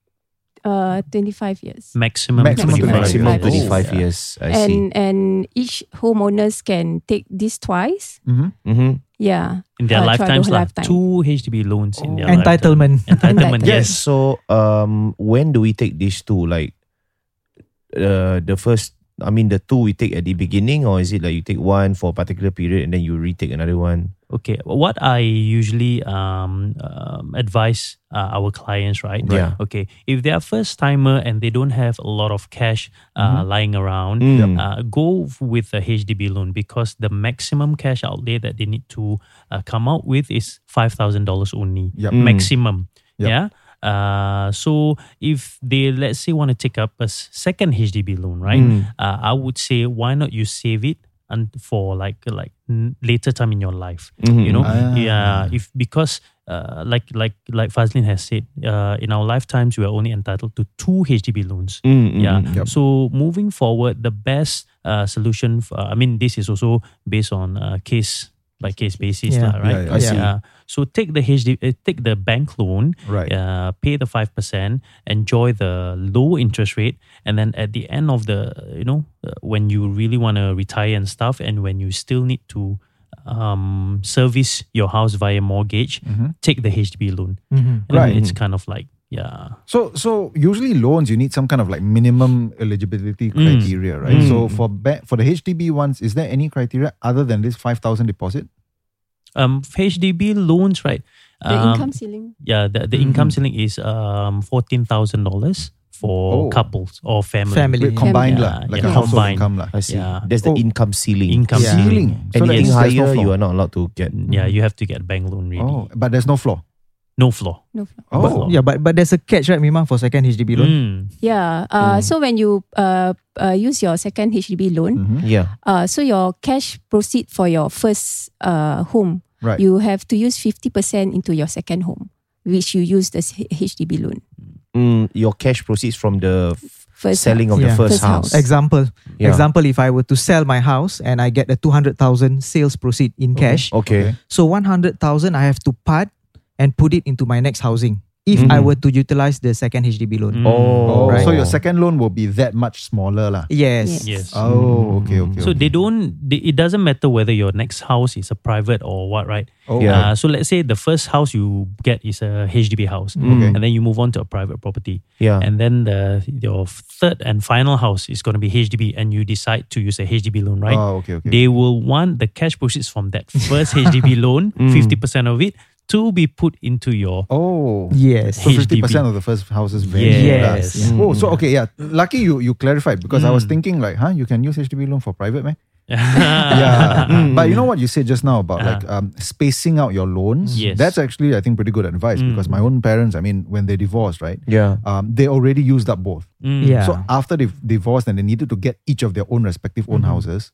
Speaker 8: Uh, 25 years.
Speaker 7: Maximum,
Speaker 3: Maximum
Speaker 7: 25.
Speaker 3: maximum
Speaker 1: Maximum
Speaker 8: Twenty-five.
Speaker 1: 25 years. I see.
Speaker 8: and and each homeowners can take this twice.
Speaker 3: Mm-hmm.
Speaker 1: Mm-hmm.
Speaker 8: Yeah,
Speaker 7: In their
Speaker 8: uh, throughout the
Speaker 7: lifetimes,
Speaker 8: whole
Speaker 7: lah.
Speaker 8: lifetime.
Speaker 7: two HDB loans
Speaker 1: Oh.
Speaker 7: in their lifetime.
Speaker 6: Entitlement.
Speaker 7: Entitlement,
Speaker 8: Entitlement.
Speaker 7: yes.
Speaker 1: So um, when do we take these two? Like, uh, the first. I mean, the two we take at the beginning, or is it like you take one for a particular period and then you retake another one?
Speaker 7: Okay, what I usually um, um, advise uh, our clients, right?
Speaker 1: Yeah.
Speaker 7: Okay, if they are first timer and they don't have a lot of cash uh, lying around,
Speaker 3: Hmm.
Speaker 1: Mm.
Speaker 7: uh, go with a HDB loan because the maximum cash outlay that they need to uh, come out with is five thousand dollars only,
Speaker 3: Yep. Mm.
Speaker 7: maximum.
Speaker 3: Yep.
Speaker 7: Yeah. Uh, so if they let's say want to take up a s- second HDB loan, right?
Speaker 3: Hmm.
Speaker 7: Uh, I would say why not you save it and for like like n- later time in your life,
Speaker 3: Hmm.
Speaker 7: you know?
Speaker 3: Ah.
Speaker 7: Yeah, if because uh, like like like Fazlin has said, uh, in our lifetimes we are only entitled to two HDB loans.
Speaker 3: Hmm,
Speaker 7: Yeah.
Speaker 3: Yup.
Speaker 7: So moving forward, the best uh, solution. f- uh, I mean, this is also based on uh, case by case basis,
Speaker 6: Yeah.
Speaker 7: lah, right?
Speaker 3: Yeah, yeah, I see.
Speaker 7: So take the HD, uh, take the bank loan,
Speaker 3: Right.
Speaker 7: uh, pay the five percent, enjoy the low interest rate, and then at the end of the, you know, uh, when you really want to retire and stuff, and when you still need to um, service your house via mortgage, take the HDB loan.
Speaker 8: Mm-hmm.
Speaker 7: And
Speaker 3: Mm-hmm. Right.
Speaker 7: It's kind of like yeah.
Speaker 3: So so usually loans you need some kind of like minimum eligibility criteria, right? So for ba- for the HDB ones, is there any criteria other than this five thousand deposit?
Speaker 7: um HDB loans, right?
Speaker 8: the
Speaker 7: um,
Speaker 8: income ceiling.
Speaker 7: Yeah, the, the income ceiling is um fourteen thousand dollars for
Speaker 3: Oh.
Speaker 7: couples or family.
Speaker 6: Family.
Speaker 3: Wait, combined
Speaker 7: Yeah,
Speaker 3: lah, like
Speaker 7: yeah.
Speaker 3: a household
Speaker 7: Combined.
Speaker 3: income lah.
Speaker 1: I see.
Speaker 7: Yeah.
Speaker 1: That's the
Speaker 3: Oh.
Speaker 1: income ceiling.
Speaker 7: Income
Speaker 6: Yeah.
Speaker 3: Ceiling.
Speaker 7: ceiling.
Speaker 3: So that
Speaker 1: Anything
Speaker 3: means there's no
Speaker 1: higher,
Speaker 3: floor.
Speaker 1: you are not allowed to get.
Speaker 7: Mm, Yeah, you have to get bank loan really.
Speaker 3: Oh, but there's no floor.
Speaker 7: No floor.
Speaker 8: No floor.
Speaker 3: Oh,
Speaker 7: But-
Speaker 6: Yeah, but but there's a catch, right, Mima, for second HDB loan.
Speaker 7: Mm.
Speaker 8: Yeah. Uh, So when you uh, uh, use your second HDB
Speaker 1: Mm.
Speaker 8: loan,
Speaker 3: Mm-hmm.
Speaker 1: Yeah.
Speaker 8: uh, so your cash proceed for your first uh, home,
Speaker 3: right.
Speaker 8: you have to use fifty percent into your second home, which you use the HDB loan.
Speaker 1: Mm, your cash proceeds from the f-
Speaker 8: First
Speaker 1: selling of
Speaker 8: house.
Speaker 1: the
Speaker 6: Yeah.
Speaker 1: first,
Speaker 8: First house.
Speaker 1: house.
Speaker 6: Example,
Speaker 1: Yeah.
Speaker 6: example, if I were to sell my house and I get a two hundred thousand sales proceed in cash,
Speaker 1: Okay. Oh.
Speaker 6: so one hundred thousand I have to part and put it into my next housing. If I were to utilize the second HDB loan,
Speaker 7: mm.
Speaker 1: Oh,
Speaker 3: oh,
Speaker 1: right.
Speaker 3: so your second loan will be that much smaller lah.
Speaker 6: yes,
Speaker 7: Yes.
Speaker 3: Oh, okay, okay.
Speaker 7: so
Speaker 3: okay.
Speaker 7: they don't they, it doesn't matter whether your next house is a private or what, right?
Speaker 3: Oh,
Speaker 7: Uh, so let's say the first house you get is a HDB house,
Speaker 3: Okay.
Speaker 7: and then you move on to a private property.
Speaker 1: Mm, Yeah.
Speaker 7: and then the your third and final house is going to be HDB, and you decide to use a HDB loan, right?
Speaker 3: Oh, okay, okay.
Speaker 7: They will want the cash proceeds from that first HDB loan,
Speaker 3: Mm.
Speaker 7: fifty percent of it, to be put into your
Speaker 3: oh.
Speaker 6: yes,
Speaker 3: So fifty
Speaker 7: HDB.
Speaker 3: percent of the first houses value.
Speaker 7: Yes.
Speaker 3: lah. Oh, so okay, yeah. Lucky you you clarified because I was thinking like, huh, you can use HDB loan for private, man.
Speaker 7: Ah.
Speaker 3: yeah. But you know what you said just now about like um, spacing out your loans.
Speaker 7: Yes.
Speaker 3: That's actually I think pretty good advice because my own parents, I mean, when they divorced, right?
Speaker 1: Yeah.
Speaker 3: Um, they already used up both.
Speaker 7: Mm.
Speaker 6: yeah.
Speaker 3: So after they divorced and they needed to get each of their own respective own houses,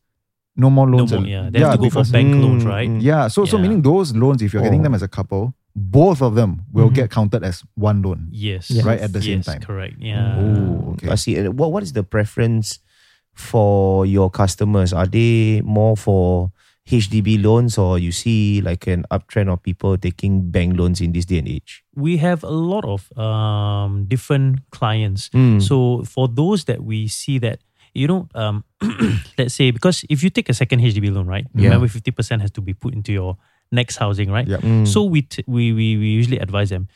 Speaker 3: no more
Speaker 7: no
Speaker 3: loans. al-
Speaker 7: more, yeah, they have to go for
Speaker 3: because-
Speaker 7: bank
Speaker 1: Mm,
Speaker 7: loans, right?
Speaker 3: Yeah. So so
Speaker 7: Yeah.
Speaker 3: meaning those loans, if you're getting
Speaker 1: Oh.
Speaker 3: them as a couple, both of them will get counted as one loan.
Speaker 7: Yes.
Speaker 3: Right at the same
Speaker 7: Yes,
Speaker 3: time.
Speaker 7: Correct. Yeah.
Speaker 3: Oh, okay.
Speaker 1: I see. And what what is the preference for your customers? Are they more for HDB loans or you see like an uptrend of people taking bank loans in this day and age?
Speaker 7: we have a lot of um, different clients.
Speaker 1: Mm,
Speaker 3: Mm.
Speaker 7: So for those that we see that you know, um, let's say because if you take a second HDB loan, right? Remember, fifty percent has to be put into your next housing, right?
Speaker 3: Yep.
Speaker 1: mm.
Speaker 7: So we, t- we we we usually advise them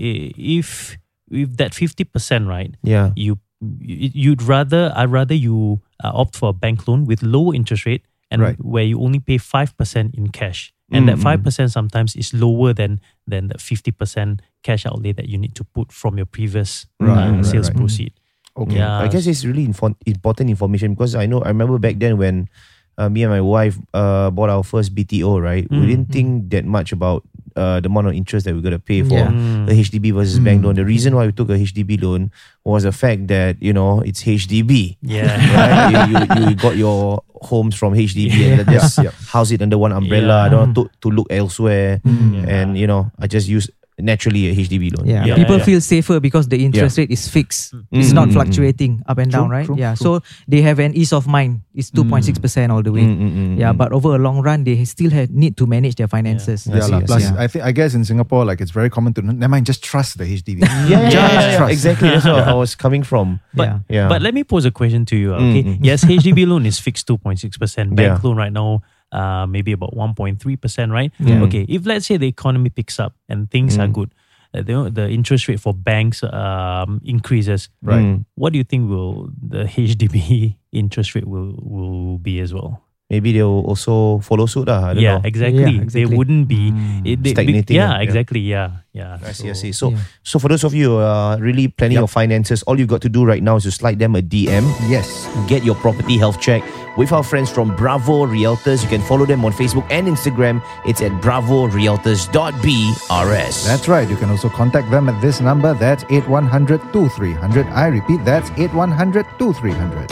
Speaker 7: i- if if that fifty percent, right?
Speaker 1: Yeah.
Speaker 7: You you- you'd rather I'd rather you uh, opt for a bank loan with lower interest rate and
Speaker 3: Right. Mm-hmm.
Speaker 7: where you only pay five percent in cash, and that five percent sometimes is lower than than the fifty percent cash outlay that you need to put from your previous uh,
Speaker 3: Right, right,
Speaker 7: sales
Speaker 3: right.
Speaker 7: proceed.
Speaker 1: Okay.
Speaker 7: Yeah.
Speaker 1: I guess it's really info- important information because I know I remember back then when uh, me and my wife uh, bought our first BTO, right? We
Speaker 6: Mm.
Speaker 1: didn't think that much about uh, the amount of interest that we're going to pay for
Speaker 6: Yeah. Mm.
Speaker 1: a HDB versus bank loan. The reason why we took a HDB loan was the fact that, you know, it's HDB.
Speaker 7: Yeah.
Speaker 1: right? you, you, you got your homes from HDB and just house it under one umbrella. I don't want to, to look elsewhere.
Speaker 6: Mm.
Speaker 3: Mm-hmm.
Speaker 1: And, you know, I just use naturally a HDB loan.
Speaker 6: Yeah.
Speaker 7: Yeah,
Speaker 6: People
Speaker 7: yeah.
Speaker 6: feel safer because the interest rate is fixed. It's not fluctuating up and down, right?
Speaker 3: true,
Speaker 6: yeah. So they have an ease of mind. It's 2.6% all the way.
Speaker 1: Mm, Mm-hmm.
Speaker 6: yeah. But over a long run, they still have, need to manage their finances.
Speaker 1: I
Speaker 3: Yeah,
Speaker 1: see,
Speaker 3: lah.
Speaker 1: I
Speaker 3: plus
Speaker 1: see.
Speaker 3: I think I guess in Singapore, like it's very common to never mind, just trust the HDB.
Speaker 1: Yeah, yeah,
Speaker 3: just
Speaker 1: yeah, yeah, yeah.
Speaker 3: trust.
Speaker 1: exactly. That's where I was coming from.
Speaker 7: But,
Speaker 6: Yeah.
Speaker 1: Yeah.
Speaker 7: but let me pose a question to you. Okay.
Speaker 1: mm.
Speaker 7: Yes, HDB loan is fixed 2.6%. Bank
Speaker 1: Yeah.
Speaker 7: loan right now, uh, maybe about 1.3%, right? Okay. If let's say the economy picks up and things
Speaker 1: Mm.
Speaker 7: are good, uh, the, the interest rate for banks um, increases.
Speaker 1: Right. Mm.
Speaker 7: What do you think will the HDB interest rate will, will be as well?
Speaker 1: maybe they'll also follow suit. lah. I don't
Speaker 7: Yeah,
Speaker 1: know. Mm.
Speaker 7: exactly.
Speaker 6: Yeah,
Speaker 7: They
Speaker 6: exactly.
Speaker 7: wouldn't be it, they,
Speaker 1: Stagnating,
Speaker 7: Yeah,
Speaker 1: yeah.
Speaker 7: exactly. Yeah, yeah.
Speaker 1: I see, I
Speaker 7: So-
Speaker 1: see. So,
Speaker 6: Yeah.
Speaker 1: so for those of you who are really planning your finances, all you got to do right now is to slide them a DM.
Speaker 3: Yes.
Speaker 1: Get your property health check with our friends from Bravo Realtors. You can follow them on Facebook and Instagram. It's at bravorealtors.brs.
Speaker 3: That's right. You can also contact them at this number. That's 8100 2300. I repeat, that's 8100 2300.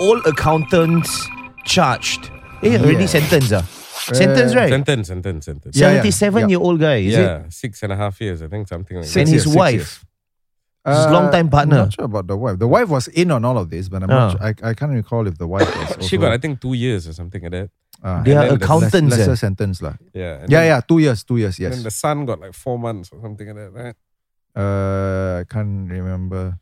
Speaker 1: all accountants charged. Eh, already
Speaker 3: Yeah.
Speaker 1: sentence ah. Sentence right?
Speaker 2: Sentence, sentence, sentence.
Speaker 3: Yeah, yeah.
Speaker 1: 77 year old guy, is it?
Speaker 2: yeah, six and a half years, I think, something like
Speaker 1: And
Speaker 3: Six
Speaker 2: that.
Speaker 1: his
Speaker 3: years, six
Speaker 1: wife. His long-time partner.
Speaker 3: Uh,
Speaker 1: Ah.
Speaker 3: I'm not sure about the wife. The wife was in on all of this, but I'm not sure, I, I can't recall if the wife was. Also,
Speaker 2: She got, I think, two years or something like that.
Speaker 3: Ah,
Speaker 1: They
Speaker 2: And
Speaker 1: are
Speaker 2: then the
Speaker 3: less,
Speaker 1: accountants.
Speaker 3: lesser
Speaker 1: eh.
Speaker 3: sentence. lah.
Speaker 2: Yeah. and
Speaker 3: Yeah,
Speaker 2: then-
Speaker 3: yeah, two years, two years, yes.
Speaker 2: Then the son got like four months or something like that, right?
Speaker 3: Uh, I can't remember.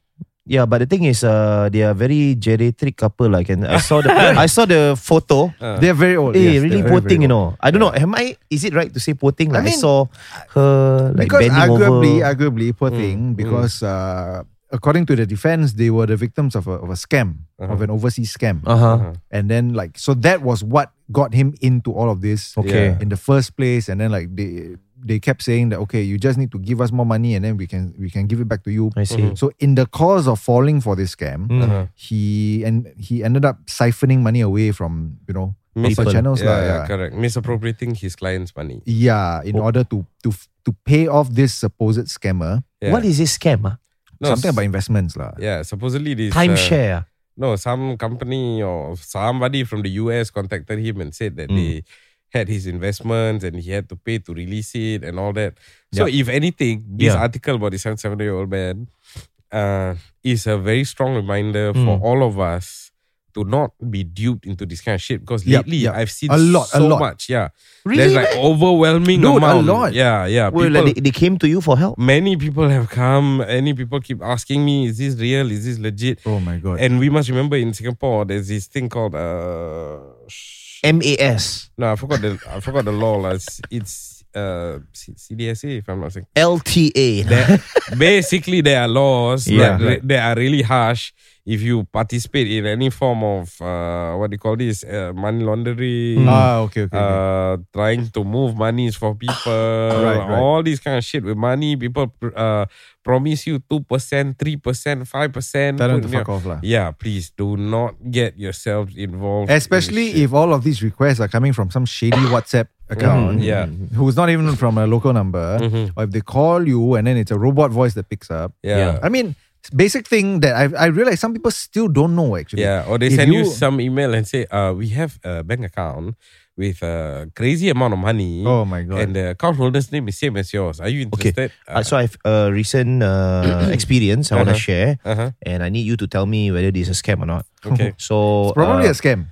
Speaker 1: Yeah, but the thing is, uh, they are very geriatric couple. Like, and I saw the I saw the photo.
Speaker 2: Uh, Ah.
Speaker 3: They're very old.
Speaker 1: Eh,
Speaker 3: Oh, yes,
Speaker 1: really
Speaker 3: they're very,
Speaker 1: poor
Speaker 3: very
Speaker 1: thing, you know.
Speaker 3: old.
Speaker 1: I don't know. Am I? Is it right to say poor thing?
Speaker 3: I
Speaker 1: Like I,
Speaker 3: mean,
Speaker 1: saw her like
Speaker 3: because
Speaker 1: bending
Speaker 3: arguably,
Speaker 1: over.
Speaker 3: arguably,
Speaker 2: Mm,
Speaker 3: poor thing, because uh, according to the defense, they were the victims of a, of a scam, of
Speaker 2: Uh-huh.
Speaker 3: an overseas scam.
Speaker 1: Uh huh.
Speaker 3: And then, like, so that was what got him into all of this
Speaker 1: Okay.
Speaker 3: in the first place. And then, like, they they kept saying that okay, you just need to give us more money, and then we can we can give it back to you.
Speaker 1: I see.
Speaker 2: Mm.
Speaker 3: So in the course of falling for this scam, he and he ended up siphoning money away from you know
Speaker 2: Mis-
Speaker 3: proper channels,
Speaker 2: yeah,
Speaker 3: lah,
Speaker 2: yeah, Oh.
Speaker 3: yeah.
Speaker 2: correct. Misappropriating his clients' money.
Speaker 3: yeah, in order to to to pay off this supposed scammer.
Speaker 2: Yeah.
Speaker 1: What is this scam? Ah,
Speaker 2: No,
Speaker 3: Something
Speaker 2: s-
Speaker 3: about investments, lah.
Speaker 2: Yeah, supposedly this uh,
Speaker 1: timeshare. ah?
Speaker 2: No, some company or somebody from the US contacted him and said that
Speaker 3: Hmm.
Speaker 2: they had his investments and he had to pay to release it and all that. So if anything, this
Speaker 1: Yeah.
Speaker 2: article about the 77 year old man uh, is a very strong reminder for
Speaker 3: Hmm.
Speaker 2: all of us to not be duped into this kind of shit because
Speaker 3: Yup,
Speaker 2: lately
Speaker 3: yup.
Speaker 2: I've seen
Speaker 3: A lot, a
Speaker 2: so
Speaker 3: lot.
Speaker 2: much. Yeah. There's like overwhelming
Speaker 3: Dude, a
Speaker 2: amount.
Speaker 3: lot.
Speaker 2: Yeah, yeah.
Speaker 1: Well,
Speaker 2: People-
Speaker 1: like they, they came to you for help.
Speaker 2: many people have come. Many people keep asking me, "Is this real? Is this legit?"
Speaker 3: Oh my god.
Speaker 2: And we must remember in Singapore, there's this thing called uh, sh-
Speaker 1: MAS,
Speaker 2: no, I forgot the I forgot the law. lah. It's, it's uh C- CDSA if I'm not saying.
Speaker 1: LTA.
Speaker 2: There, basically, there are laws
Speaker 1: Yeah.
Speaker 2: that re- they are really harsh. If you participate in any form of uh, what do you call this uh, money laundering,
Speaker 3: ah, okay, okay. okay.
Speaker 2: uh, trying to move monies for people,
Speaker 3: Right, right.
Speaker 2: all this kind of shit with money. People pr- uh, promise you 2%, 3%, 5%.
Speaker 3: Tell them
Speaker 2: put
Speaker 3: to
Speaker 2: in
Speaker 3: fuck
Speaker 2: your-
Speaker 3: off, lah.
Speaker 2: Yeah, please do not get yourselves involved. oh,
Speaker 3: Especially if all of these requests are coming from some shady WhatsApp account,
Speaker 2: Mm-hmm, yeah. Mm-hmm.
Speaker 3: who's not even from a local number, or if they call you and then it's a robot voice that picks up.
Speaker 2: Yeah.
Speaker 3: I mean, basic thing that I I realize some people still don't know actually.
Speaker 2: Yeah, or they
Speaker 3: If
Speaker 2: send you,
Speaker 3: you-
Speaker 2: some email and say, uh, we have a bank account with a crazy amount of money.
Speaker 3: Oh my god.
Speaker 2: And the account holder's name is same as yours. Are you
Speaker 1: Okay.
Speaker 2: interested?
Speaker 1: Uh, so I've a recent uh, experience I want to
Speaker 2: Uh-huh.
Speaker 1: share,
Speaker 2: Uh-huh.
Speaker 1: and I need you to tell me whether this is a scam or not.
Speaker 2: Okay.
Speaker 1: So
Speaker 3: Probably
Speaker 1: uh,
Speaker 3: a scam.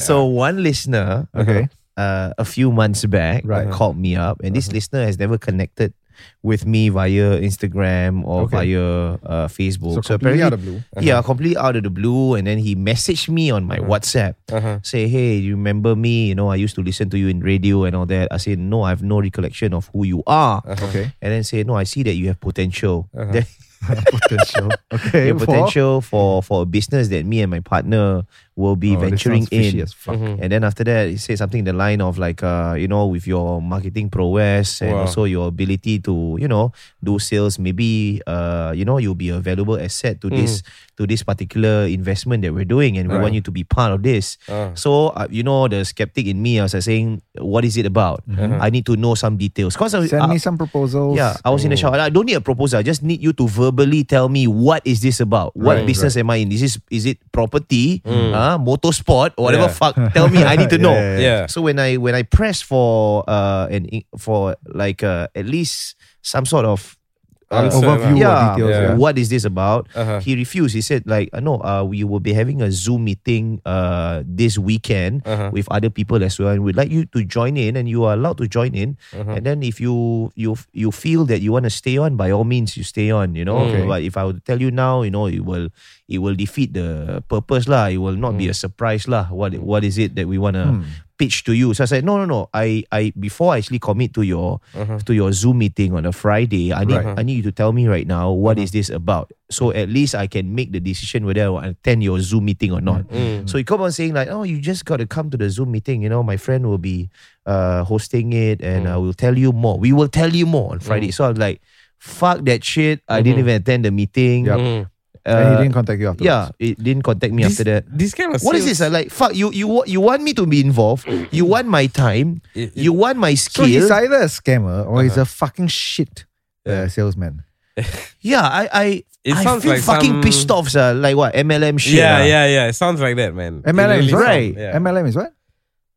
Speaker 1: so one listener,
Speaker 3: Okay.
Speaker 1: uh, a few months back, uh,
Speaker 3: Right. Uh-huh.
Speaker 1: called me up, and this listener has never connected with me via Instagram or
Speaker 3: Okay.
Speaker 1: via uh,
Speaker 3: So
Speaker 1: Facebook.
Speaker 3: completely out of Uh-huh. blue.
Speaker 1: yeah, completely out of the blue, and then he messaged me on my WhatsApp,
Speaker 2: Uh-huh.
Speaker 1: say, "Hey, you remember me? You know, I used to listen to you in radio and all that." I said, "No, I have no recollection of who you are."
Speaker 3: Okay.
Speaker 1: and then say, "No, I see that you have potential." That-
Speaker 3: potential. Okay.
Speaker 1: your
Speaker 3: Uh-huh. for-
Speaker 1: potential for for a business that me and my partner will be
Speaker 3: Oh, this
Speaker 1: venturing
Speaker 3: sounds fishy
Speaker 1: in.
Speaker 3: as fuck.
Speaker 2: Mm-hmm.
Speaker 1: And then after that, he said something in the line of like, uh, you know, with your marketing prowess and
Speaker 2: Wow.
Speaker 1: also your ability to, you know, do sales, maybe, uh, you know, you'll be a valuable asset to this
Speaker 2: Mm.
Speaker 1: to this particular investment that we're doing, and we want you to be part of this.
Speaker 2: Ah.
Speaker 1: So, uh, you know, the skeptic in me, I was like saying, what is it about?
Speaker 2: Mm-hmm.
Speaker 1: I need to know some details. Cause I, uh,
Speaker 2: Uh,
Speaker 3: Send
Speaker 1: I-
Speaker 3: me some proposals.
Speaker 1: yeah, I was in the shower. I don't need a proposal. I just need you to verbally tell me what is this about? What
Speaker 2: Right, Mm.
Speaker 1: business am I in? Is this is it property, uh, motorsport, or whatever
Speaker 2: Yeah.
Speaker 1: fuck? Tell me. I need to know.
Speaker 3: Yeah,
Speaker 2: yeah, yeah.
Speaker 1: So when I when I press for uh an in- for like uh, at least some sort of uh,
Speaker 2: Answer, lah.
Speaker 3: overview or
Speaker 1: yeah,
Speaker 3: details,
Speaker 2: yeah.
Speaker 1: what is this about?
Speaker 2: Uh-huh.
Speaker 1: He refused. He said like uh, no, uh, we will be having a Zoom meeting uh this weekend
Speaker 2: Uh-huh.
Speaker 1: with other people as well, and we'd like you to join in, and you are allowed to join in. And then if you you you feel that you want to stay on, by all means, you stay on. You know,
Speaker 3: Okay.
Speaker 1: but if I would tell you now, you know, it will it will defeat the purpose lah. It will not be a surprise lah. What what is it that we wanna
Speaker 3: Hmm.
Speaker 1: pitch to you? So I said no no no. I I before I actually commit to your
Speaker 3: Mm-hmm.
Speaker 1: to your Zoom meeting on a Friday, I need I need you to tell me right now
Speaker 3: Mm-hmm.
Speaker 1: what is this about. So at least I can make the decision whether I will attend your Zoom meeting or not.
Speaker 3: Mm-hmm.
Speaker 2: mm,
Speaker 1: So he kept on saying like, oh, you just got to come to the Zoom meeting. You know, my friend will be uh, hosting it, and
Speaker 3: Mm.
Speaker 1: I will tell you more. We will tell you more on Friday. So I was like, fuck that shit. I didn't even attend the meeting.
Speaker 3: Mm-hmm. Yup. and he
Speaker 1: Uh,
Speaker 3: didn't contact you
Speaker 1: yeah,
Speaker 3: afterwards.
Speaker 1: it didn't contact me
Speaker 2: mm. This-
Speaker 1: after that.
Speaker 2: This kind of
Speaker 1: What is this?
Speaker 2: sales-
Speaker 1: I like fuck you. You wa- you want me to be involved? You want my time?
Speaker 2: It- it-
Speaker 1: You want my
Speaker 3: So
Speaker 1: skill?
Speaker 3: he's either a scammer or
Speaker 2: Uh-huh.
Speaker 3: he's a fucking shit uh, salesman.
Speaker 1: yeah, I I
Speaker 2: It
Speaker 1: I
Speaker 2: sounds
Speaker 1: feel
Speaker 2: like
Speaker 1: fucking
Speaker 2: some-
Speaker 1: pissed off. sir. Like what MLM shit? ah.
Speaker 2: yeah, yeah, yeah. It sounds like that, man. It
Speaker 3: MLM
Speaker 2: really
Speaker 3: is what?
Speaker 2: sound- yeah.
Speaker 3: MLM is what?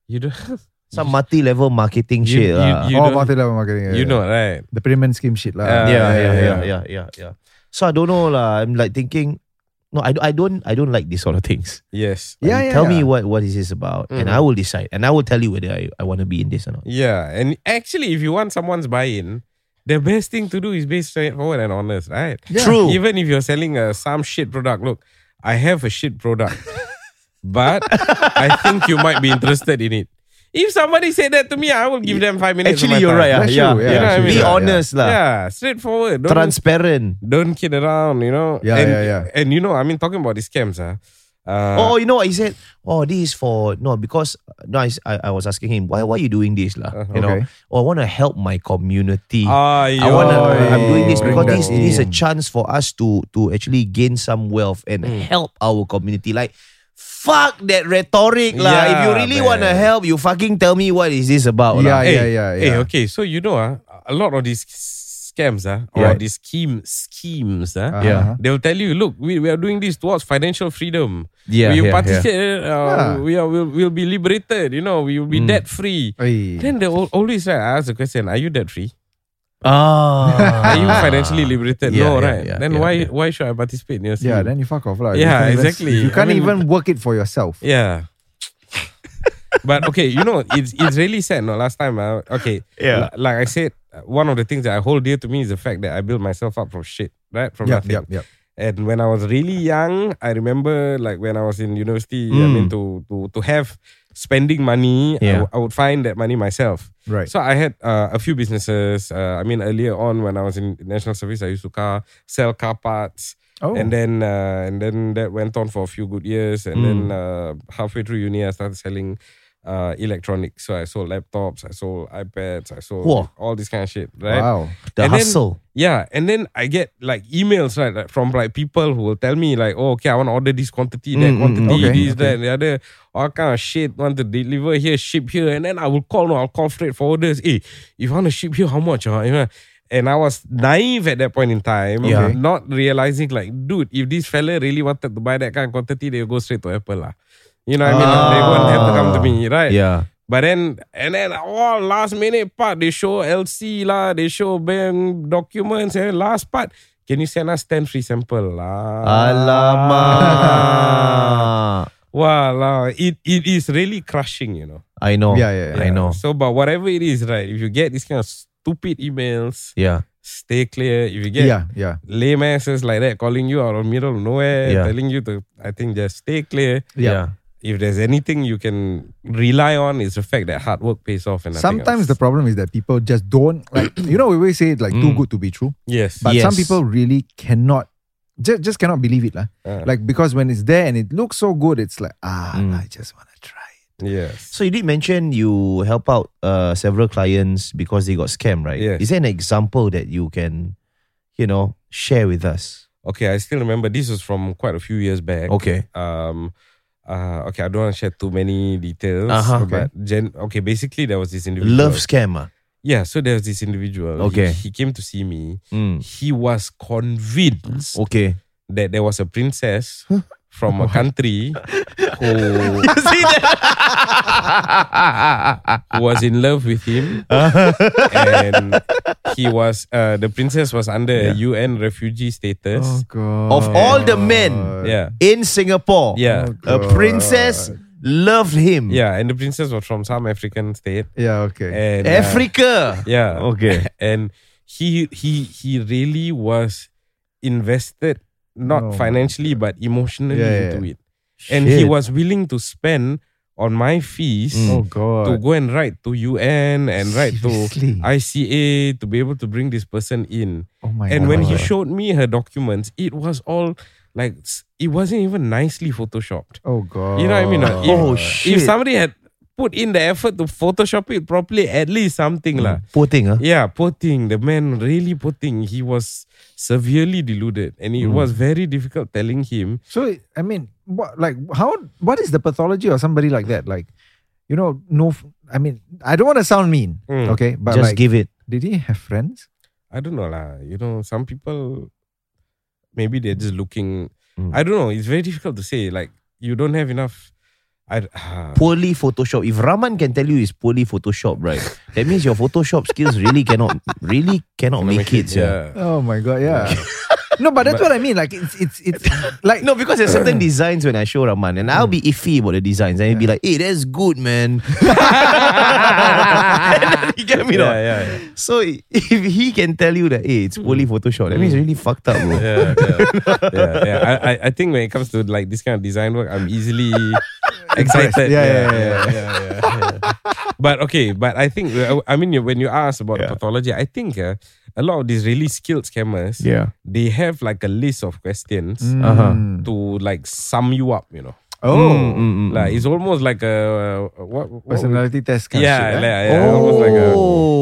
Speaker 2: You do,
Speaker 1: Some multi level marketing
Speaker 2: You-
Speaker 1: shit.
Speaker 2: you-
Speaker 1: ah.
Speaker 2: you
Speaker 3: oh,
Speaker 2: don't-
Speaker 3: multi-level marketing. yeah,
Speaker 2: you
Speaker 3: yeah.
Speaker 2: know, right?
Speaker 3: the pyramid scheme shit lah.
Speaker 2: Yeah,
Speaker 1: yeah, yeah,
Speaker 2: yeah,
Speaker 1: yeah, yeah, yeah, yeah. So I don't know lah. I'm like thinking, no, I, I don't, I don't like these sort of things.
Speaker 2: Yes.
Speaker 1: Like,
Speaker 3: Yeah,
Speaker 1: you
Speaker 3: yeah,
Speaker 1: Tell me
Speaker 3: yeah.
Speaker 1: what what is this about, and I will decide, and I will tell you whether I, I want to be in this or not.
Speaker 2: Yeah, and actually, if you want someone's buy-in, the best thing to do is be straightforward and honest, right?
Speaker 1: Yeah. True.
Speaker 2: Even if you're selling a some shit product, look, I have a shit product, but I think you might be interested in it. If somebody said that to me, I will give them five minutes. of my
Speaker 1: Actually, you're
Speaker 2: time.
Speaker 1: right. ah.
Speaker 3: That's
Speaker 1: yeah,
Speaker 3: true, yeah,
Speaker 2: You know what I mean?
Speaker 1: Be
Speaker 2: Yeah,
Speaker 1: honest lah.
Speaker 2: Yeah, straightforward. Don't,
Speaker 1: Transparent.
Speaker 2: don't kid around. You know.
Speaker 3: Yeah,
Speaker 2: and,
Speaker 3: yeah, yeah.
Speaker 2: And you know, I mean, talking about these scams, ah. Uh,
Speaker 1: oh, you know what he said? Oh, this is for no because no, I, I was asking him why why are you doing this lah? you know,
Speaker 3: Okay.
Speaker 1: oh, I want to help my community.
Speaker 2: ah,
Speaker 1: I wanna,
Speaker 3: Oh,
Speaker 1: I'm doing this
Speaker 3: bring
Speaker 1: because
Speaker 3: that
Speaker 1: this, this is a
Speaker 3: in.
Speaker 1: chance for us to to actually gain some wealth and help our community. Like, fuck that rhetoric, lah.
Speaker 2: Yeah,
Speaker 1: If you really
Speaker 2: man.
Speaker 1: want to help, you fucking tell me what is this about,
Speaker 3: Yeah,
Speaker 1: lah.
Speaker 3: yeah, yeah,
Speaker 2: Hey,
Speaker 3: yeah.
Speaker 2: Eh, okay. So you know, uh, a lot of these scams, uh, or
Speaker 1: Right.
Speaker 2: these scheme schemes, uh,
Speaker 1: Ah.
Speaker 3: Uh-huh. Yeah.
Speaker 2: they'll tell you, look, we, we are doing this towards financial freedom.
Speaker 1: Yeah, yeah,
Speaker 2: we
Speaker 1: Ah.
Speaker 2: participate, uh,
Speaker 3: Yeah.
Speaker 2: we are we'll, we'll be liberated. You know, we will
Speaker 1: Mm.
Speaker 2: be debt free.
Speaker 3: Hey.
Speaker 2: Then they al- always right. I ask the question: Are you debt free?
Speaker 1: Ah,
Speaker 2: Are you financially liberated?
Speaker 1: Yeah, yeah,
Speaker 2: no, right?
Speaker 1: yeah, yeah,
Speaker 2: then why
Speaker 1: yeah.
Speaker 2: why should I participate in your scheme?
Speaker 3: Yeah, then you fuck off. lah. You
Speaker 2: Yeah,
Speaker 3: can't even-
Speaker 2: exactly.
Speaker 3: You
Speaker 2: I
Speaker 3: can't
Speaker 2: mean-
Speaker 3: even work it for yourself.
Speaker 2: Yeah. but okay, you know, it's it's really sad. No, last time, uh, okay,
Speaker 1: Yeah.
Speaker 2: li- like I said, uh, one of the things that I hold dear to me is the fact that I built myself up from shit, right, from
Speaker 3: Yep,
Speaker 2: nothing.
Speaker 3: yep, yep.
Speaker 2: And when I was really young, I remember like when I was in university, I mean, to to to have spending money, I
Speaker 1: Mm. Yeah.
Speaker 2: w- I would find that money myself.
Speaker 3: Right.
Speaker 2: So I had uh, a few businesses. Uh, I mean, earlier on when I was in national service, I used to car sell car parts.
Speaker 3: Oh.
Speaker 2: And then uh, and then that went on for a few good years. And then
Speaker 3: Mm.
Speaker 2: uh, halfway through uni, I started selling uh, electronics. So I sold laptops, I sold iPads, I sold
Speaker 1: Whoa.
Speaker 2: all this kind of shit. Right.
Speaker 3: Wow.
Speaker 1: the
Speaker 2: And then-
Speaker 1: hustle.
Speaker 2: Yeah, and then I get like emails right like, from like people who will tell me like, oh, okay, I want to order this quantity,
Speaker 1: Mm,
Speaker 2: that quantity,
Speaker 3: okay,
Speaker 2: this, that, and the other, all kind of shit. Want to deliver here, ship here, and then I will call. No, I'll call freight forwarders. Hey, if you want to ship here, how much? Uh, you know? And I was naive at that point in time,
Speaker 1: Yeah.
Speaker 2: not realizing like, dude, if this fella really wanted to buy that kind of quantity, they'll go straight to Apple. lah. You know what I mean? They won't have to come to me, right?
Speaker 1: Yeah.
Speaker 2: But then and then all last minute part they show LC lah, they show bank documents and last part can you send us 10 free sample lah?
Speaker 1: Alamak.
Speaker 2: Wow, lah. it it is really crushing, you know.
Speaker 1: I know.
Speaker 3: Yeah, yeah, yeah.
Speaker 1: I know.
Speaker 2: So, but whatever it is, right? If you get these kind of stupid emails,
Speaker 1: Yeah.
Speaker 2: stay clear. If you get
Speaker 3: Yeah, yeah.
Speaker 2: lame asses like that calling you out of middle of nowhere,
Speaker 1: Yeah.
Speaker 2: telling you to, I think just stay clear.
Speaker 3: Yeah.
Speaker 2: If there's anything you can rely on, it's the fact that hard work pays off. And nothing
Speaker 3: Sometimes the
Speaker 2: else.
Speaker 3: problem is that people just don't like you know we always say it's like too good to be true.
Speaker 2: Mm. yes,
Speaker 3: But some
Speaker 1: Yes.
Speaker 3: people really cannot just, just cannot believe it. lah.
Speaker 2: Uh.
Speaker 3: Like because when it's there and it looks so good, it's like, ah,
Speaker 2: Mm.
Speaker 3: I just wanna try it.
Speaker 2: yes,
Speaker 1: So you did mention you help out uh, several clients because they got scammed, right?
Speaker 2: Yes.
Speaker 1: Is there an example that you can, you know, share with us?
Speaker 2: okay. I still remember this was from quite a few years back.
Speaker 1: Okay.
Speaker 2: um uh, okay, I don't want to share too many details.
Speaker 1: Uh-huh.
Speaker 2: But gen- okay, basically there was this individual.
Speaker 1: Love ah. scammer.
Speaker 2: Yeah, so there's this individual.
Speaker 1: Okay.
Speaker 2: He, he came to see me.
Speaker 1: Mm.
Speaker 2: He was convinced
Speaker 1: Okay.
Speaker 2: that there was a princess from a country who, who was in love with him.
Speaker 1: Uh-huh.
Speaker 2: and he was, uh, the princess was under a UN refugee status.
Speaker 3: god.
Speaker 1: Of all the men
Speaker 2: Yeah.
Speaker 1: in Singapore,
Speaker 2: Yeah.
Speaker 1: a princess loved
Speaker 3: Hmm.
Speaker 1: him.
Speaker 2: Yeah, and the princess was from some African state.
Speaker 3: Yeah, okay.
Speaker 2: And, uh,
Speaker 1: Africa.
Speaker 2: Yeah.
Speaker 1: Okay.
Speaker 2: And he he he really was invested not
Speaker 3: Oh my
Speaker 2: financially but emotionally
Speaker 3: Yeah, yeah.
Speaker 2: into it. And he was willing to spend on my fees
Speaker 3: oh
Speaker 2: to
Speaker 3: god.
Speaker 2: go and write to UN and write to
Speaker 3: Seriously?
Speaker 2: ICA to be able to bring this person in.
Speaker 3: oh my
Speaker 2: And
Speaker 3: god.
Speaker 2: when he showed me her documents, it was all like s- it wasn't even nicely photoshopped.
Speaker 3: Oh god.
Speaker 2: You know what I mean? Uh, If,
Speaker 1: Oh,
Speaker 2: if
Speaker 1: shit.
Speaker 2: somebody had put in the effort to photoshop it properly, at least something lah.
Speaker 1: Mm. Poor thing, ah. huh?
Speaker 2: Yeah, poor thing. The man really poor thing. He was severely deluded, and
Speaker 1: Hmm.
Speaker 2: it was very difficult telling him.
Speaker 3: So I mean, what like how what is the pathology of somebody like that? Like, you know, no f- I mean, I don't want to sound mean.
Speaker 2: Mm.
Speaker 3: Okay. But
Speaker 1: Just
Speaker 3: like,
Speaker 1: give it.
Speaker 3: did he have friends?
Speaker 2: I don't know lah. You know, some people maybe they're just looking.
Speaker 1: Hmm.
Speaker 2: I don't know. It's very difficult to say. Like you don't have enough. I
Speaker 1: Poorly Photoshop. If Raman can tell you it's poorly Photoshop, right? that means your Photoshop skills really cannot, really cannot make it. Yeah.
Speaker 3: Oh my god, yeah. no, but that's what I mean. Like it's it's it's like
Speaker 1: No, because there's certain designs when I show Raman, and I'll be iffy about the designs, and he'll be like, "Hey, that's good, man." you get me,
Speaker 2: Yeah,
Speaker 1: not?
Speaker 2: yeah, yeah.
Speaker 1: So i- if he can tell you that, "Hey, it's poorly Photoshop," that means really fucked up, bro.
Speaker 2: Mm. yeah, yeah, yeah, yeah. I, I, I think when it comes to like this kind of design work, I'm easily excited.
Speaker 3: Yeah, yeah,
Speaker 2: yeah, yeah, yeah. But okay, but I think uh, I mean you- when you ask about
Speaker 1: Yeah.
Speaker 2: pathology, I think uh, a lot of these really skilled scammers,
Speaker 1: Yeah.
Speaker 2: they have like a list of questions
Speaker 1: Uh-huh.
Speaker 2: to like sum you up. You know,
Speaker 1: Mm,
Speaker 3: mm, Oh,
Speaker 2: Hmm. like it's almost like a uh, what, what
Speaker 3: personality test. Kind
Speaker 2: yeah,
Speaker 3: of shit, eh?
Speaker 2: like, yeah, almost like a